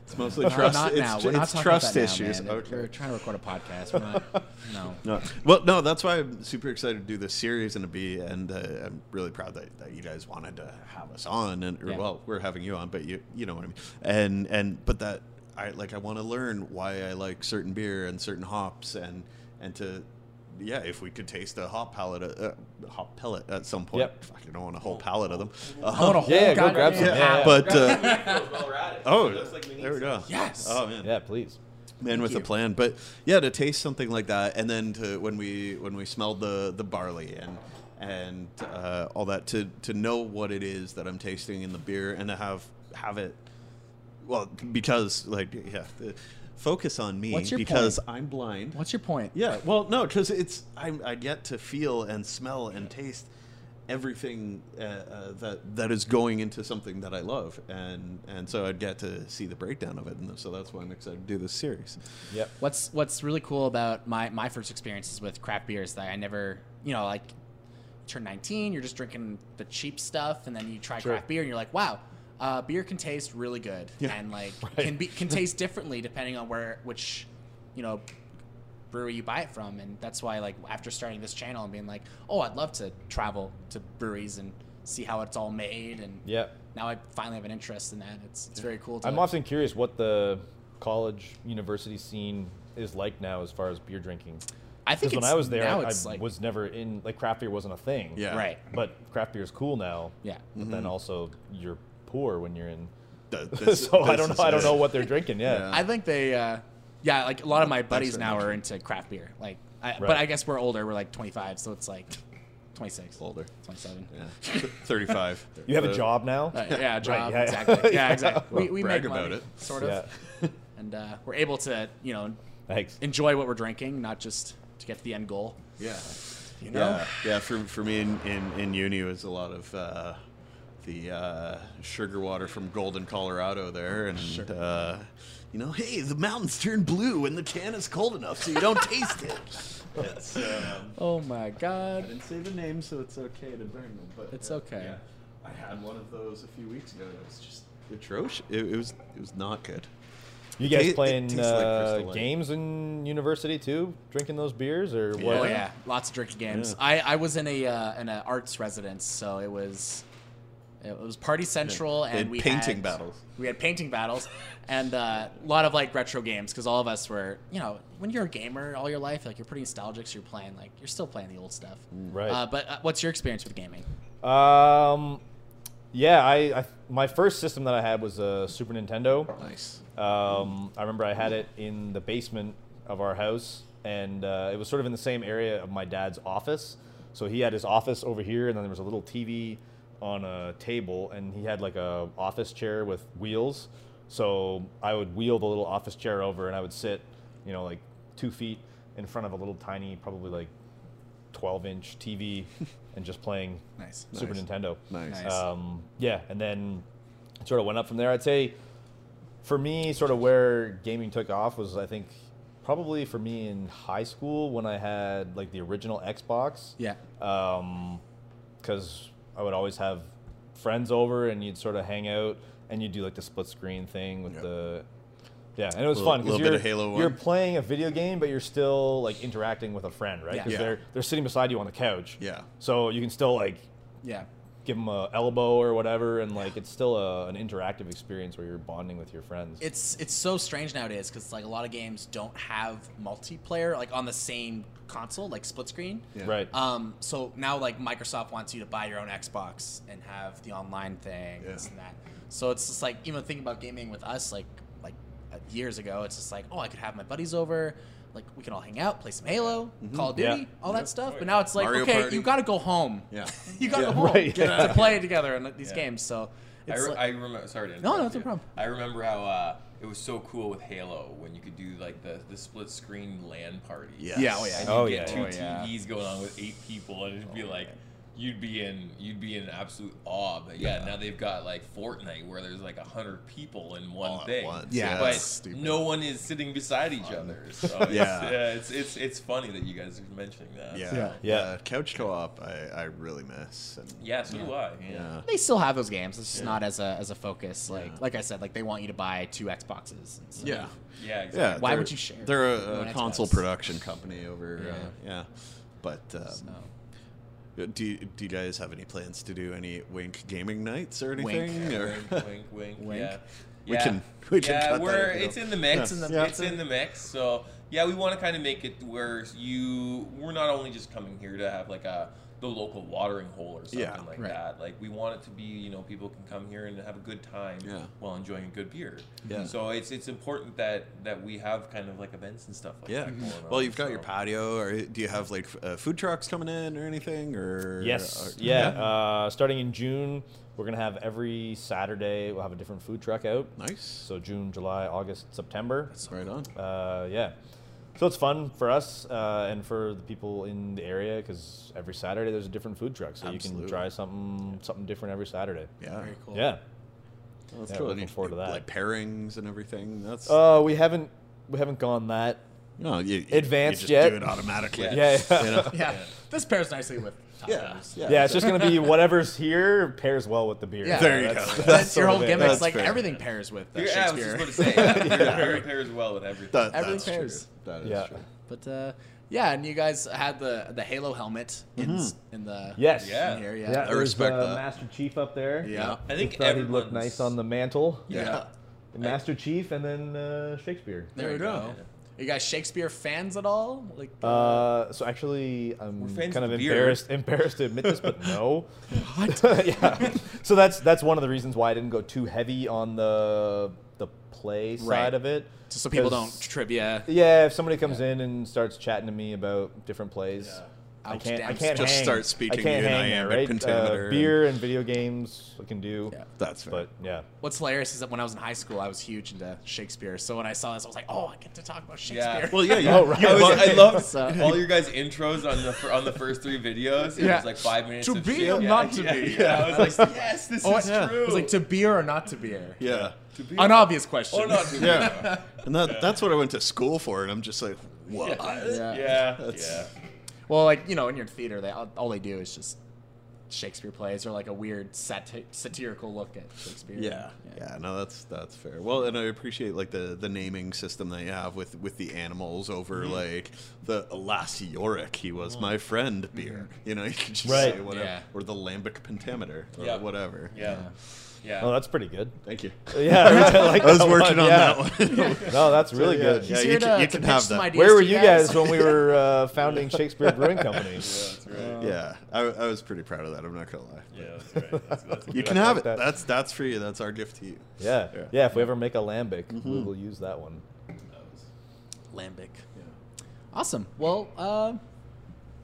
[SPEAKER 2] It's mostly trust.
[SPEAKER 1] not
[SPEAKER 2] it's
[SPEAKER 1] now.
[SPEAKER 2] ju-
[SPEAKER 1] We're not
[SPEAKER 2] it's
[SPEAKER 1] talking
[SPEAKER 2] trust
[SPEAKER 1] about that
[SPEAKER 2] issues.
[SPEAKER 1] Now, man.
[SPEAKER 2] Okay.
[SPEAKER 1] We're trying to record a podcast. We're not. No.
[SPEAKER 2] No. Well, no, that's why I'm super excited to do this series and to be, and uh, I'm really proud that, that you guys wanted to have us on, and or,
[SPEAKER 1] Yeah.
[SPEAKER 2] well, we're having you on, but you you know what I mean, and and but that I like I want to learn why I like certain beer and certain hops, and and to yeah, if we could taste a hop palette, uh, uh, hop pellet at some point,
[SPEAKER 3] Yep.
[SPEAKER 2] Fuck, I don't want a whole palette of them.
[SPEAKER 1] I want a
[SPEAKER 2] Uh,
[SPEAKER 1] whole
[SPEAKER 3] Yeah, go
[SPEAKER 1] goddamn
[SPEAKER 3] grab some.
[SPEAKER 1] pallet.
[SPEAKER 3] Yeah, yeah.
[SPEAKER 2] but uh, oh,
[SPEAKER 4] oh,
[SPEAKER 2] there we go.
[SPEAKER 1] Yes.
[SPEAKER 2] Oh man.
[SPEAKER 3] Yeah, please.
[SPEAKER 2] Man with a
[SPEAKER 1] you.
[SPEAKER 2] plan, but yeah, to taste something like that, and then to when we when we smelled the the barley and and uh, all that to to know what it is that I'm tasting in the beer and to have have it well because like yeah, the- focus on me
[SPEAKER 1] What's your
[SPEAKER 2] because I'm blind.
[SPEAKER 1] What's your point?
[SPEAKER 2] Yeah, well, no, because it's I I get to feel and smell and taste everything uh, uh, that that is going into something that I love, and and so I'd get to see the breakdown of it, and so that's why I'm excited to do this series.
[SPEAKER 3] Yep.
[SPEAKER 1] What's What's really cool about my my first experiences with craft beer is that I never, you know, like turn 19, you're just drinking the cheap stuff, and then you try
[SPEAKER 3] Sure.
[SPEAKER 1] craft beer, and you're like, wow. Uh, beer can taste really good, and like can be can taste differently depending on where which, you know, brewery you buy it from, and that's why like after starting this channel and being like, oh, I'd love to travel to breweries and see how it's all made, and
[SPEAKER 3] Yep.
[SPEAKER 1] now I finally have an interest in that. It's it's very cool. To,
[SPEAKER 3] I'm often curious what the college university scene is like now as far as beer drinking.
[SPEAKER 1] I think
[SPEAKER 3] Because when
[SPEAKER 1] it's-
[SPEAKER 3] I was there,
[SPEAKER 1] now
[SPEAKER 3] I, I
[SPEAKER 1] it's like
[SPEAKER 3] was never in like craft beer wasn't a thing.
[SPEAKER 2] Yeah.
[SPEAKER 1] right.
[SPEAKER 3] But craft beer is cool now.
[SPEAKER 1] Yeah.
[SPEAKER 3] But then also you're poor when you're in.
[SPEAKER 2] Th- this-
[SPEAKER 3] so I
[SPEAKER 2] this
[SPEAKER 3] don't
[SPEAKER 2] is
[SPEAKER 3] know. I don't
[SPEAKER 2] it.
[SPEAKER 3] know what they're drinking. Yeah.
[SPEAKER 1] I think they, uh, yeah, like a lot of my buddies
[SPEAKER 2] very
[SPEAKER 1] now
[SPEAKER 2] much.
[SPEAKER 1] are into craft beer. Like, I, but
[SPEAKER 3] Right.
[SPEAKER 1] I guess we're older. We're like 25, so it's like 26,
[SPEAKER 2] Older.
[SPEAKER 1] 27.
[SPEAKER 2] Yeah. Thirty-five.
[SPEAKER 3] You have a
[SPEAKER 2] Uh,
[SPEAKER 3] job now.
[SPEAKER 1] Right, yeah, job
[SPEAKER 3] yeah.
[SPEAKER 1] exactly. Yeah, exactly.
[SPEAKER 2] Well,
[SPEAKER 1] we we
[SPEAKER 2] brag
[SPEAKER 1] make
[SPEAKER 2] about
[SPEAKER 1] money,
[SPEAKER 2] it.
[SPEAKER 1] sort of,
[SPEAKER 3] Yeah.
[SPEAKER 1] and uh, we're able to, you know,
[SPEAKER 3] Thanks.
[SPEAKER 1] enjoy what we're drinking, not just to get to the end goal.
[SPEAKER 2] Yeah.
[SPEAKER 1] You know,
[SPEAKER 2] Yeah. Yeah. For for me in in, in uni it was a lot of. Uh, the uh, sugar water from Golden, Colorado, there, and uh, you know, hey, the mountains turn blue, and the can is cold enough so you don't taste it. It's, um,
[SPEAKER 1] oh my god,
[SPEAKER 2] didn't say the name, so it's okay to burn them. But uh,
[SPEAKER 1] It's okay.
[SPEAKER 2] I had one of those a few weeks ago. It was just atrocious. It, it was it was not good.
[SPEAKER 3] You guys
[SPEAKER 2] It- it
[SPEAKER 3] playing
[SPEAKER 2] tastes like
[SPEAKER 3] uh,
[SPEAKER 2] Crystal Lake.
[SPEAKER 3] games in university too? Drinking those beers or what?
[SPEAKER 2] Yeah.
[SPEAKER 1] Oh yeah, lots of drinking games.
[SPEAKER 2] Yeah.
[SPEAKER 1] I, I was in a uh, in an arts residence, so it was it was party central,
[SPEAKER 2] They
[SPEAKER 1] and
[SPEAKER 2] had
[SPEAKER 1] we
[SPEAKER 2] painting
[SPEAKER 1] had-
[SPEAKER 2] battles.
[SPEAKER 1] We had painting battles, and uh, a lot of like retro games because all of us were you know when you're a gamer all your life like you're pretty nostalgic, so you're playing like you're still playing the old stuff.
[SPEAKER 2] Mm.
[SPEAKER 3] Right.
[SPEAKER 1] Uh, but uh, what's your experience with gaming?
[SPEAKER 3] Um, yeah, I, I my first system that I had was a Super Nintendo.
[SPEAKER 2] Nice.
[SPEAKER 3] Um, I remember I had it in the basement of our house, and uh, it was sort of in the same area of my dad's office. So he had his office over here, and then there was a little TV on a table, and he had like a office chair with wheels. So I would wheel the little office chair over, and I would sit, you know, like two feet in front of a little tiny, probably like 12 inch TV, and just playing
[SPEAKER 1] Nice.
[SPEAKER 3] Super
[SPEAKER 2] Nice.
[SPEAKER 3] Nintendo.
[SPEAKER 2] Nice.
[SPEAKER 1] Nice.
[SPEAKER 3] Um, yeah, and then it sort of went up from there. I'd say for me, sort of where gaming took off was I think probably for me in high school when I had like the original Xbox.
[SPEAKER 1] Yeah.
[SPEAKER 3] Because I would always have friends over and you'd sort of hang out and you'd do like the split screen thing with
[SPEAKER 2] Yeah.
[SPEAKER 3] the. Yeah, and it was
[SPEAKER 2] Little-
[SPEAKER 3] fun because
[SPEAKER 2] little
[SPEAKER 3] you're,
[SPEAKER 2] bit of Halo
[SPEAKER 3] you're
[SPEAKER 2] 1.
[SPEAKER 3] playing a video game, but you're still like interacting with a friend, right?
[SPEAKER 1] Yeah.
[SPEAKER 3] Because
[SPEAKER 2] Yeah.
[SPEAKER 3] they're they're sitting beside you on the couch.
[SPEAKER 2] Yeah.
[SPEAKER 3] So you can still like
[SPEAKER 1] Yeah.
[SPEAKER 3] give them a elbow or whatever, and like it's still a, an interactive experience where you're bonding with your friends.
[SPEAKER 1] It's it's so strange nowadays because like a lot of games don't have multiplayer like on the same console like split screen.
[SPEAKER 2] Yeah.
[SPEAKER 3] Right.
[SPEAKER 1] Um, so now like Microsoft wants you to buy your own Xbox and have the online thing
[SPEAKER 2] Yeah.
[SPEAKER 1] this and that. So it's just like you know thinking about gaming with us like like uh, years ago. It's just like oh I could have my buddies over, like we can all hang out, play some Halo, Call of Duty,
[SPEAKER 3] Yeah.
[SPEAKER 1] all that stuff. But now it's like
[SPEAKER 2] Mm-hmm. Mario
[SPEAKER 1] okay
[SPEAKER 2] Party.
[SPEAKER 1] you got to go home.
[SPEAKER 2] Yeah.
[SPEAKER 1] you got to go
[SPEAKER 3] Yeah,
[SPEAKER 1] home
[SPEAKER 3] right.
[SPEAKER 1] to play together in these
[SPEAKER 4] Yeah.
[SPEAKER 1] games. So
[SPEAKER 4] I,
[SPEAKER 1] it's
[SPEAKER 4] re-
[SPEAKER 1] like,
[SPEAKER 4] I remember. Sorry, to
[SPEAKER 1] No, no,
[SPEAKER 4] interrupt
[SPEAKER 1] it's no
[SPEAKER 4] you.
[SPEAKER 1] problem.
[SPEAKER 4] I remember how uh, it was so cool with Halo when you could do like the, the split screen LAN party.
[SPEAKER 2] Yes.
[SPEAKER 1] yeah oh
[SPEAKER 4] And
[SPEAKER 1] yeah.
[SPEAKER 4] you
[SPEAKER 3] Oh,
[SPEAKER 4] get
[SPEAKER 3] yeah,
[SPEAKER 4] two
[SPEAKER 1] oh, yeah.
[SPEAKER 4] TVs going on with eight people, and it'd be like you'd be in you'd be in absolute awe. But yeah, now they've got like Fortnite where there's like a hundred people in one
[SPEAKER 2] All at
[SPEAKER 4] thing.
[SPEAKER 2] once.
[SPEAKER 1] Yeah,
[SPEAKER 4] but
[SPEAKER 2] it's stupid.
[SPEAKER 4] no one is sitting beside each other. So it's,
[SPEAKER 2] Yeah.
[SPEAKER 4] yeah. it's it's it's funny that you guys are mentioning that.
[SPEAKER 2] Yeah.
[SPEAKER 1] Yeah.
[SPEAKER 2] Yeah.
[SPEAKER 3] Yeah.
[SPEAKER 2] Couch co-op, I, I really miss. And,
[SPEAKER 4] Yeah, so do I. Yeah.
[SPEAKER 2] yeah.
[SPEAKER 1] They still have those games. It's just not as a as a focus. Like like I said, like they want you to buy two Xboxes. And stuff.
[SPEAKER 2] Yeah.
[SPEAKER 4] Yeah, exactly.
[SPEAKER 2] Yeah,
[SPEAKER 1] Why
[SPEAKER 2] they're-
[SPEAKER 1] would you share?
[SPEAKER 2] They're
[SPEAKER 1] You
[SPEAKER 2] a,
[SPEAKER 1] want
[SPEAKER 2] a console
[SPEAKER 1] Xbox.
[SPEAKER 2] production company over. Yeah. Uh, yeah. But um,
[SPEAKER 1] So.
[SPEAKER 2] do, you, do you guys have any plans to do any Wink gaming nights or
[SPEAKER 1] Wink.
[SPEAKER 2] anything?
[SPEAKER 4] Yeah,
[SPEAKER 2] or-
[SPEAKER 4] wink, wink, wink,
[SPEAKER 1] Wink.
[SPEAKER 4] Yeah.
[SPEAKER 2] We
[SPEAKER 4] yeah.
[SPEAKER 2] can- we can
[SPEAKER 4] yeah,
[SPEAKER 2] cut that
[SPEAKER 4] we're
[SPEAKER 2] if we
[SPEAKER 4] it's
[SPEAKER 2] don't.
[SPEAKER 4] in the mix.
[SPEAKER 2] Yeah.
[SPEAKER 4] It's, in the,
[SPEAKER 2] Yeah.
[SPEAKER 4] mix. So yeah, we want to kind of make it where you we're not only just coming here to have like a the local watering hole or something
[SPEAKER 2] Yeah.
[SPEAKER 4] like
[SPEAKER 1] Right.
[SPEAKER 4] that. Like we want it to be you know people can come here and have a good time
[SPEAKER 2] Yeah.
[SPEAKER 4] while enjoying a good beer.
[SPEAKER 2] Yeah.
[SPEAKER 4] So it's it's important that that we have kind of like events and stuff like
[SPEAKER 2] yeah.
[SPEAKER 4] that. going
[SPEAKER 2] Well,
[SPEAKER 4] on,
[SPEAKER 2] you've got your
[SPEAKER 4] so.
[SPEAKER 2] patio, or do you have like f- uh, food trucks coming in or anything? Or
[SPEAKER 3] yes,
[SPEAKER 2] or-
[SPEAKER 3] yeah. Uh, starting in June, we're gonna have every Saturday we'll have a different food truck out.
[SPEAKER 2] Nice.
[SPEAKER 3] So June, July, August, September.
[SPEAKER 2] Right on.
[SPEAKER 3] Uh, yeah. So it's fun for us uh, and for the people in the area because every Saturday there's a different food truck, so you
[SPEAKER 2] Absolutely.
[SPEAKER 3] can try something something different every Saturday.
[SPEAKER 2] Yeah.
[SPEAKER 1] Very cool.
[SPEAKER 3] Yeah.
[SPEAKER 2] Well, that's
[SPEAKER 3] Yeah,
[SPEAKER 2] cool.
[SPEAKER 3] looking
[SPEAKER 2] You-
[SPEAKER 3] forward to that.
[SPEAKER 2] Like pairings and everything. That's
[SPEAKER 3] Uh, we haven't we haven't gone that.
[SPEAKER 2] no, you, you-
[SPEAKER 3] advanced
[SPEAKER 2] you just
[SPEAKER 3] yet?
[SPEAKER 2] Do it automatically.
[SPEAKER 4] Yeah.
[SPEAKER 3] Yeah. yeah.
[SPEAKER 2] You know?
[SPEAKER 1] Yeah. This pairs nicely with tacos.
[SPEAKER 2] yeah.
[SPEAKER 3] Yeah, it's just gonna be whatever's here pairs well with the beer.
[SPEAKER 1] Yeah.
[SPEAKER 2] There you
[SPEAKER 3] That's-
[SPEAKER 2] go.
[SPEAKER 1] That's, your
[SPEAKER 3] sort
[SPEAKER 1] whole
[SPEAKER 3] of it.
[SPEAKER 1] gimmick.
[SPEAKER 2] That's
[SPEAKER 1] like
[SPEAKER 2] fair.
[SPEAKER 1] everything pairs with uh,
[SPEAKER 4] Yeah, I was
[SPEAKER 1] Shakespeare.
[SPEAKER 4] just going to say yeah. pairs well with everything.
[SPEAKER 2] That,
[SPEAKER 1] Everything
[SPEAKER 2] that's true.
[SPEAKER 1] pairs.
[SPEAKER 2] That is
[SPEAKER 3] Yeah.
[SPEAKER 2] true.
[SPEAKER 1] but uh, yeah, and you guys had the the Halo helmet in
[SPEAKER 2] Mm-hmm.
[SPEAKER 1] s in the
[SPEAKER 3] Yes.
[SPEAKER 4] Yeah.
[SPEAKER 1] in here. Yeah.
[SPEAKER 3] Yeah,
[SPEAKER 2] I
[SPEAKER 3] there was,
[SPEAKER 2] respect
[SPEAKER 3] uh,
[SPEAKER 2] that.
[SPEAKER 3] Master Chief up there.
[SPEAKER 1] Yeah.
[SPEAKER 4] I
[SPEAKER 3] I think
[SPEAKER 4] think
[SPEAKER 3] thought he'd look
[SPEAKER 4] everyone's-
[SPEAKER 3] nice on the mantle.
[SPEAKER 2] Yeah.
[SPEAKER 3] The Master Chief and then uh, Shakespeare.
[SPEAKER 1] There you
[SPEAKER 4] There we
[SPEAKER 1] go.
[SPEAKER 4] go.
[SPEAKER 1] Are you guys Shakespeare fans at all? Like
[SPEAKER 3] Uh, so actually, I'm
[SPEAKER 4] We're fans
[SPEAKER 3] kind of
[SPEAKER 4] of the beer.
[SPEAKER 3] embarrassed embarrassed to admit this, but no. yeah. So that's that's one of the reasons why I didn't go too heavy on the the play
[SPEAKER 1] Right.
[SPEAKER 3] side of it.
[SPEAKER 1] just so people
[SPEAKER 3] 'cause-
[SPEAKER 1] don't trivia.
[SPEAKER 3] Yeah, if somebody comes in and starts chatting to me about different plays, I
[SPEAKER 1] Ouch,
[SPEAKER 3] can't. I
[SPEAKER 1] damn.
[SPEAKER 3] can't
[SPEAKER 2] Just
[SPEAKER 3] hang.
[SPEAKER 2] start speaking
[SPEAKER 3] I can't
[SPEAKER 2] in
[SPEAKER 3] hang there,
[SPEAKER 2] iambic
[SPEAKER 3] right?
[SPEAKER 2] pentameter
[SPEAKER 3] Uh, beer and video games, I can do.
[SPEAKER 1] Yeah.
[SPEAKER 2] That's fair.
[SPEAKER 3] But yeah,
[SPEAKER 1] What's hilarious is that when I was in high school, I was huge into Shakespeare. So when I saw this, I was like, "Oh, I get to talk about
[SPEAKER 4] Yeah.
[SPEAKER 1] Shakespeare."
[SPEAKER 2] well, yeah, yeah.
[SPEAKER 3] Oh, right.
[SPEAKER 4] I, was,
[SPEAKER 2] Well,
[SPEAKER 4] I love
[SPEAKER 1] So-
[SPEAKER 4] all your guys' intros on the fir- on the first three videos. It
[SPEAKER 1] Yeah.
[SPEAKER 4] was like five minutes.
[SPEAKER 1] To
[SPEAKER 4] of
[SPEAKER 1] be
[SPEAKER 4] shit.
[SPEAKER 1] or
[SPEAKER 4] Yeah,
[SPEAKER 1] not to
[SPEAKER 4] yeah,
[SPEAKER 1] be.
[SPEAKER 4] Yeah. I was like, yes, this
[SPEAKER 1] Oh,
[SPEAKER 4] is
[SPEAKER 1] yeah.
[SPEAKER 4] true.
[SPEAKER 1] It was like to beer or not to beer.
[SPEAKER 2] yeah.
[SPEAKER 4] To be
[SPEAKER 1] An obvious question.
[SPEAKER 4] or not to be.
[SPEAKER 2] Yeah. And that, that's what I went to school for, and I'm just like, what?
[SPEAKER 4] Yeah.
[SPEAKER 1] Yeah.
[SPEAKER 4] Yeah.
[SPEAKER 2] That's-
[SPEAKER 1] Well, like you know, in your theater, they all, all they do is just Shakespeare plays or like a weird sati- satirical look at Shakespeare.
[SPEAKER 2] Yeah, yeah. No, that's that's fair. Well, and I appreciate like the the naming system they have with with the animals over
[SPEAKER 3] Mm-hmm.
[SPEAKER 2] like the alas Yorick, he was my friend beer. You know, you can just say
[SPEAKER 3] Mm-hmm. Right.
[SPEAKER 2] whatever,
[SPEAKER 1] Yeah.
[SPEAKER 2] or the lambic pentameter, or
[SPEAKER 4] Yeah.
[SPEAKER 2] whatever.
[SPEAKER 4] Yeah. Yeah.
[SPEAKER 3] Oh, that's pretty good.
[SPEAKER 2] Thank you.
[SPEAKER 3] Yeah, I, like
[SPEAKER 2] I was
[SPEAKER 3] that
[SPEAKER 2] working on
[SPEAKER 3] yeah.
[SPEAKER 2] that one.
[SPEAKER 3] No, that's really
[SPEAKER 2] yeah,
[SPEAKER 3] good.
[SPEAKER 2] yeah.
[SPEAKER 1] He's
[SPEAKER 2] you
[SPEAKER 1] here
[SPEAKER 2] can-
[SPEAKER 1] to,
[SPEAKER 2] you
[SPEAKER 1] uh, to
[SPEAKER 2] can
[SPEAKER 1] pitch
[SPEAKER 2] have
[SPEAKER 1] some
[SPEAKER 2] that.
[SPEAKER 1] ideas
[SPEAKER 3] Where
[SPEAKER 1] to
[SPEAKER 3] were
[SPEAKER 1] you
[SPEAKER 3] you guys when we were uh, founding Shakespeare Brewing Company?
[SPEAKER 4] that's right.
[SPEAKER 2] yeah, I, I was pretty proud of that. I'm not gonna lie.
[SPEAKER 4] Yeah, that's right. That's, that's
[SPEAKER 2] You
[SPEAKER 4] good.
[SPEAKER 2] can
[SPEAKER 3] I
[SPEAKER 2] have
[SPEAKER 3] like
[SPEAKER 2] it.
[SPEAKER 3] that.
[SPEAKER 2] That's that's for you. That's our gift to you.
[SPEAKER 3] Yeah,
[SPEAKER 2] Yeah.
[SPEAKER 3] yeah. If we ever make a lambic, we
[SPEAKER 2] Mm-hmm.
[SPEAKER 3] will use that one.
[SPEAKER 1] Lambic. Awesome. Well, uh,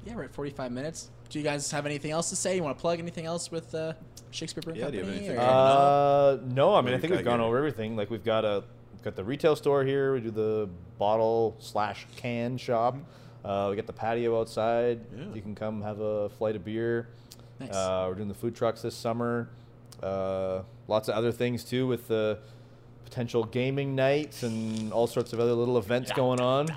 [SPEAKER 1] yeah, we're at 45 minutes. Do you guys have anything else to say? You want to plug anything else with uh, Shakespeare Brewing
[SPEAKER 2] Yeah, do you
[SPEAKER 1] Company?
[SPEAKER 2] have anything?
[SPEAKER 1] or-
[SPEAKER 2] Uh,
[SPEAKER 3] Uh, no, I mean I
[SPEAKER 2] We've
[SPEAKER 3] think we've
[SPEAKER 2] got
[SPEAKER 3] gone
[SPEAKER 2] your-
[SPEAKER 3] over everything. Like we've got a got the retail store here. We do the bottle slash can shop. Uh, we got the patio outside.
[SPEAKER 2] Yeah.
[SPEAKER 3] You can come have a flight of beer.
[SPEAKER 1] Nice.
[SPEAKER 3] Uh, we're doing the food trucks this summer. Uh, lots of other things too with the potential gaming nights and all sorts of other little events going on.
[SPEAKER 4] Yeah.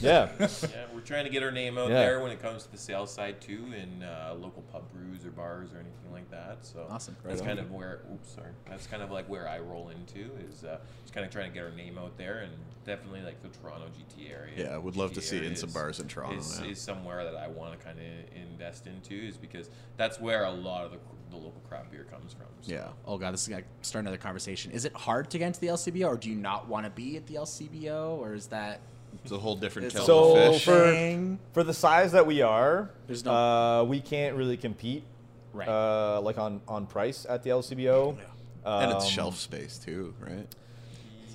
[SPEAKER 3] Yeah.
[SPEAKER 4] yeah, we're trying to get our name out
[SPEAKER 3] Yeah.
[SPEAKER 4] there when it comes to the sales side too, in uh, local pub brews or bars or anything like that. So
[SPEAKER 1] Awesome.
[SPEAKER 4] That's
[SPEAKER 1] Right
[SPEAKER 4] kind of where. Oops, sorry. That's kind of like where I roll into is uh, just kind of trying to get our name out there, and definitely like the Toronto GTA area.
[SPEAKER 2] Yeah, I would love to
[SPEAKER 4] GTA
[SPEAKER 2] see it in
[SPEAKER 4] area
[SPEAKER 2] some
[SPEAKER 4] is-
[SPEAKER 2] bars in Toronto,
[SPEAKER 4] Is,
[SPEAKER 2] yeah.
[SPEAKER 4] is somewhere that I want to kind of invest into, is because that's where a lot of the, the local craft beer comes from. So.
[SPEAKER 3] Uh,
[SPEAKER 2] Yeah.
[SPEAKER 1] oh, God, this is going to start another conversation. Is it hard to get into the LCBO, or do you not want to be at the LCBO, or is that
[SPEAKER 2] It's a whole different
[SPEAKER 1] It's
[SPEAKER 2] kettle
[SPEAKER 1] a
[SPEAKER 3] so
[SPEAKER 2] of fish.
[SPEAKER 3] for
[SPEAKER 1] Dang.
[SPEAKER 3] for the size that we are,
[SPEAKER 1] There's no-
[SPEAKER 3] uh, we can't really compete,
[SPEAKER 1] Right.
[SPEAKER 3] Uh, like on on price at the LCBO,
[SPEAKER 2] and it's
[SPEAKER 3] Um,
[SPEAKER 2] shelf space too, right?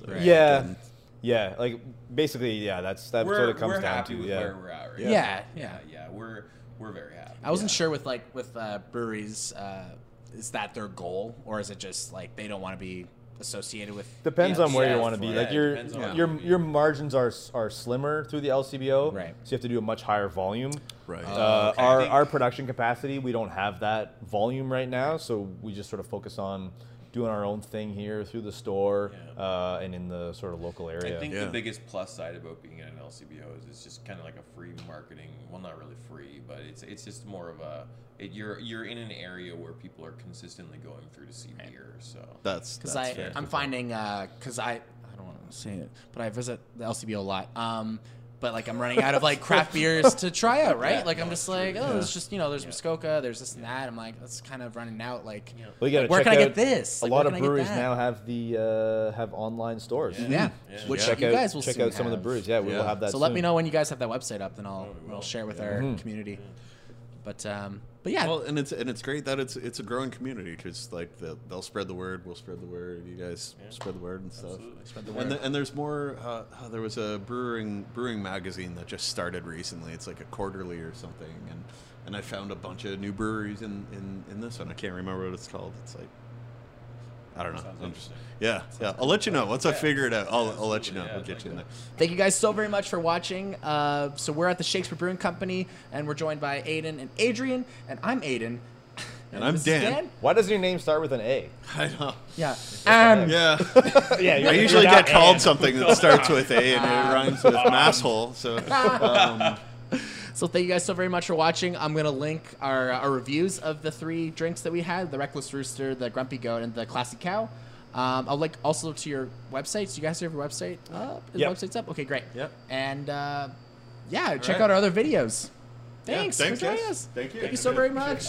[SPEAKER 2] So
[SPEAKER 1] Right.
[SPEAKER 3] Yeah,
[SPEAKER 2] then-
[SPEAKER 3] yeah. Like basically, yeah. That's that's
[SPEAKER 4] we're,
[SPEAKER 3] what it comes
[SPEAKER 4] we're
[SPEAKER 3] down
[SPEAKER 4] happy
[SPEAKER 3] to.
[SPEAKER 4] with
[SPEAKER 3] yeah.
[SPEAKER 4] where we're at. Right
[SPEAKER 1] Yeah.
[SPEAKER 4] now.
[SPEAKER 1] Yeah, yeah.
[SPEAKER 4] yeah, yeah. We're we're very happy.
[SPEAKER 1] I wasn't
[SPEAKER 2] Yeah.
[SPEAKER 1] sure with like with uh, breweries, uh, is that their goal, or is it just like they don't want to be associated with?
[SPEAKER 3] Depends
[SPEAKER 1] Yeah,
[SPEAKER 3] on where
[SPEAKER 1] yeah,
[SPEAKER 3] you want to be.
[SPEAKER 4] yeah,
[SPEAKER 3] Like
[SPEAKER 4] it
[SPEAKER 3] your
[SPEAKER 4] depends on
[SPEAKER 3] your
[SPEAKER 4] where you
[SPEAKER 3] your,
[SPEAKER 4] wanna be.
[SPEAKER 3] margins are s- are slimmer through the LCBO,
[SPEAKER 1] Right.
[SPEAKER 3] So you have to do a much higher volume.
[SPEAKER 2] Right.
[SPEAKER 3] Uh,
[SPEAKER 4] okay.
[SPEAKER 3] Our
[SPEAKER 4] I think-
[SPEAKER 3] our production capacity, we don't have that volume right now, so we just sort of focus on doing our own thing here through the store
[SPEAKER 4] Yeah.
[SPEAKER 3] uh, and in the sort of local area.
[SPEAKER 4] I think
[SPEAKER 2] Yeah.
[SPEAKER 4] the biggest plus side about being in an LCBO is it's just kind of like a free marketing. Well, not really free, but it's it's just more of a it, you're you're in an area where people are consistently going through to see beer. So
[SPEAKER 2] That's
[SPEAKER 1] because
[SPEAKER 2] that's
[SPEAKER 1] I
[SPEAKER 2] fair.
[SPEAKER 1] I'm finding because I I don't want to say it, but I visit the LCBO a lot. Um, but like I'm running out of like craft beers to try out, right?
[SPEAKER 4] Yeah,
[SPEAKER 1] like I'm
[SPEAKER 4] no,
[SPEAKER 1] just
[SPEAKER 4] true.
[SPEAKER 1] like, oh,
[SPEAKER 2] Yeah.
[SPEAKER 1] it's just you know, there's Muskoka, there's this and that. I'm like, that's kind of running out. Like,
[SPEAKER 4] Yeah.
[SPEAKER 3] Well, you gotta
[SPEAKER 1] Where can
[SPEAKER 3] check
[SPEAKER 1] I get
[SPEAKER 3] out-
[SPEAKER 1] this?
[SPEAKER 3] A
[SPEAKER 1] Like,
[SPEAKER 3] lot
[SPEAKER 1] where
[SPEAKER 3] of
[SPEAKER 1] can I get
[SPEAKER 3] breweries
[SPEAKER 1] that?
[SPEAKER 3] now have the uh, have online stores.
[SPEAKER 1] yeah,
[SPEAKER 4] Yeah.
[SPEAKER 1] which
[SPEAKER 3] check
[SPEAKER 1] you
[SPEAKER 3] out,
[SPEAKER 1] guys will
[SPEAKER 3] check
[SPEAKER 1] soon
[SPEAKER 3] out some of the
[SPEAKER 1] have.
[SPEAKER 3] breweries. Yeah, we will
[SPEAKER 2] Yeah.
[SPEAKER 3] have that.
[SPEAKER 1] So let me
[SPEAKER 3] soon.
[SPEAKER 1] know when you guys have that website up, then I'll
[SPEAKER 4] Oh, we
[SPEAKER 1] we will
[SPEAKER 4] will.
[SPEAKER 1] share with our
[SPEAKER 3] Mm-hmm.
[SPEAKER 1] community. But um, but yeah,
[SPEAKER 2] well, and it's and it's great that it's it's a growing community because like the, they'll spread the word, we'll spread the word, you guys spread the word and stuff.
[SPEAKER 4] Absolutely. Spread
[SPEAKER 2] the word. And, the, and there's more. Uh, oh, there was a brewing brewing magazine that just started recently. It's like a quarterly or something, and and I found a bunch of new breweries in in, in this one. I can't remember what it's called. It's like. I don't know.
[SPEAKER 4] Sounds
[SPEAKER 2] I'm just-
[SPEAKER 4] interesting.
[SPEAKER 2] yeah, yeah. I'll let you know once I
[SPEAKER 4] Yeah.
[SPEAKER 2] figure it out. I'll, I'll let you know.
[SPEAKER 4] Absolutely, yeah,
[SPEAKER 2] we'll
[SPEAKER 4] I'd
[SPEAKER 2] get
[SPEAKER 4] like
[SPEAKER 2] you in
[SPEAKER 4] that.
[SPEAKER 2] there.
[SPEAKER 1] Thank you guys so very much for watching. Uh, so we're at the Shakespeare Brewing Company, and we're joined by Aiden and Adrian, and I'm Aiden.
[SPEAKER 2] And I'm
[SPEAKER 1] this is
[SPEAKER 2] Dan.
[SPEAKER 3] Why does your name start with an A?
[SPEAKER 2] I know.
[SPEAKER 1] Yeah. Um,
[SPEAKER 2] Yeah.
[SPEAKER 3] yeah,
[SPEAKER 2] I usually get called something that starts with A and it rhymes with masshole. So um,
[SPEAKER 1] So thank you guys so very much for watching. I'm gonna link our, our reviews of the three drinks that we had: the Reckless Rooster, the Grumpy Goat, and the Classic Cow. Um, I'll link also to your websites. You guys have your website up? Is
[SPEAKER 3] Yep.
[SPEAKER 1] Website's up. Okay, great.
[SPEAKER 2] Yep.
[SPEAKER 1] And uh, yeah, check
[SPEAKER 2] right.
[SPEAKER 1] out our other videos. Thanks,
[SPEAKER 2] thanks,
[SPEAKER 1] for joining
[SPEAKER 2] guys.
[SPEAKER 1] us.
[SPEAKER 2] Thank you.
[SPEAKER 1] Thank you so very much.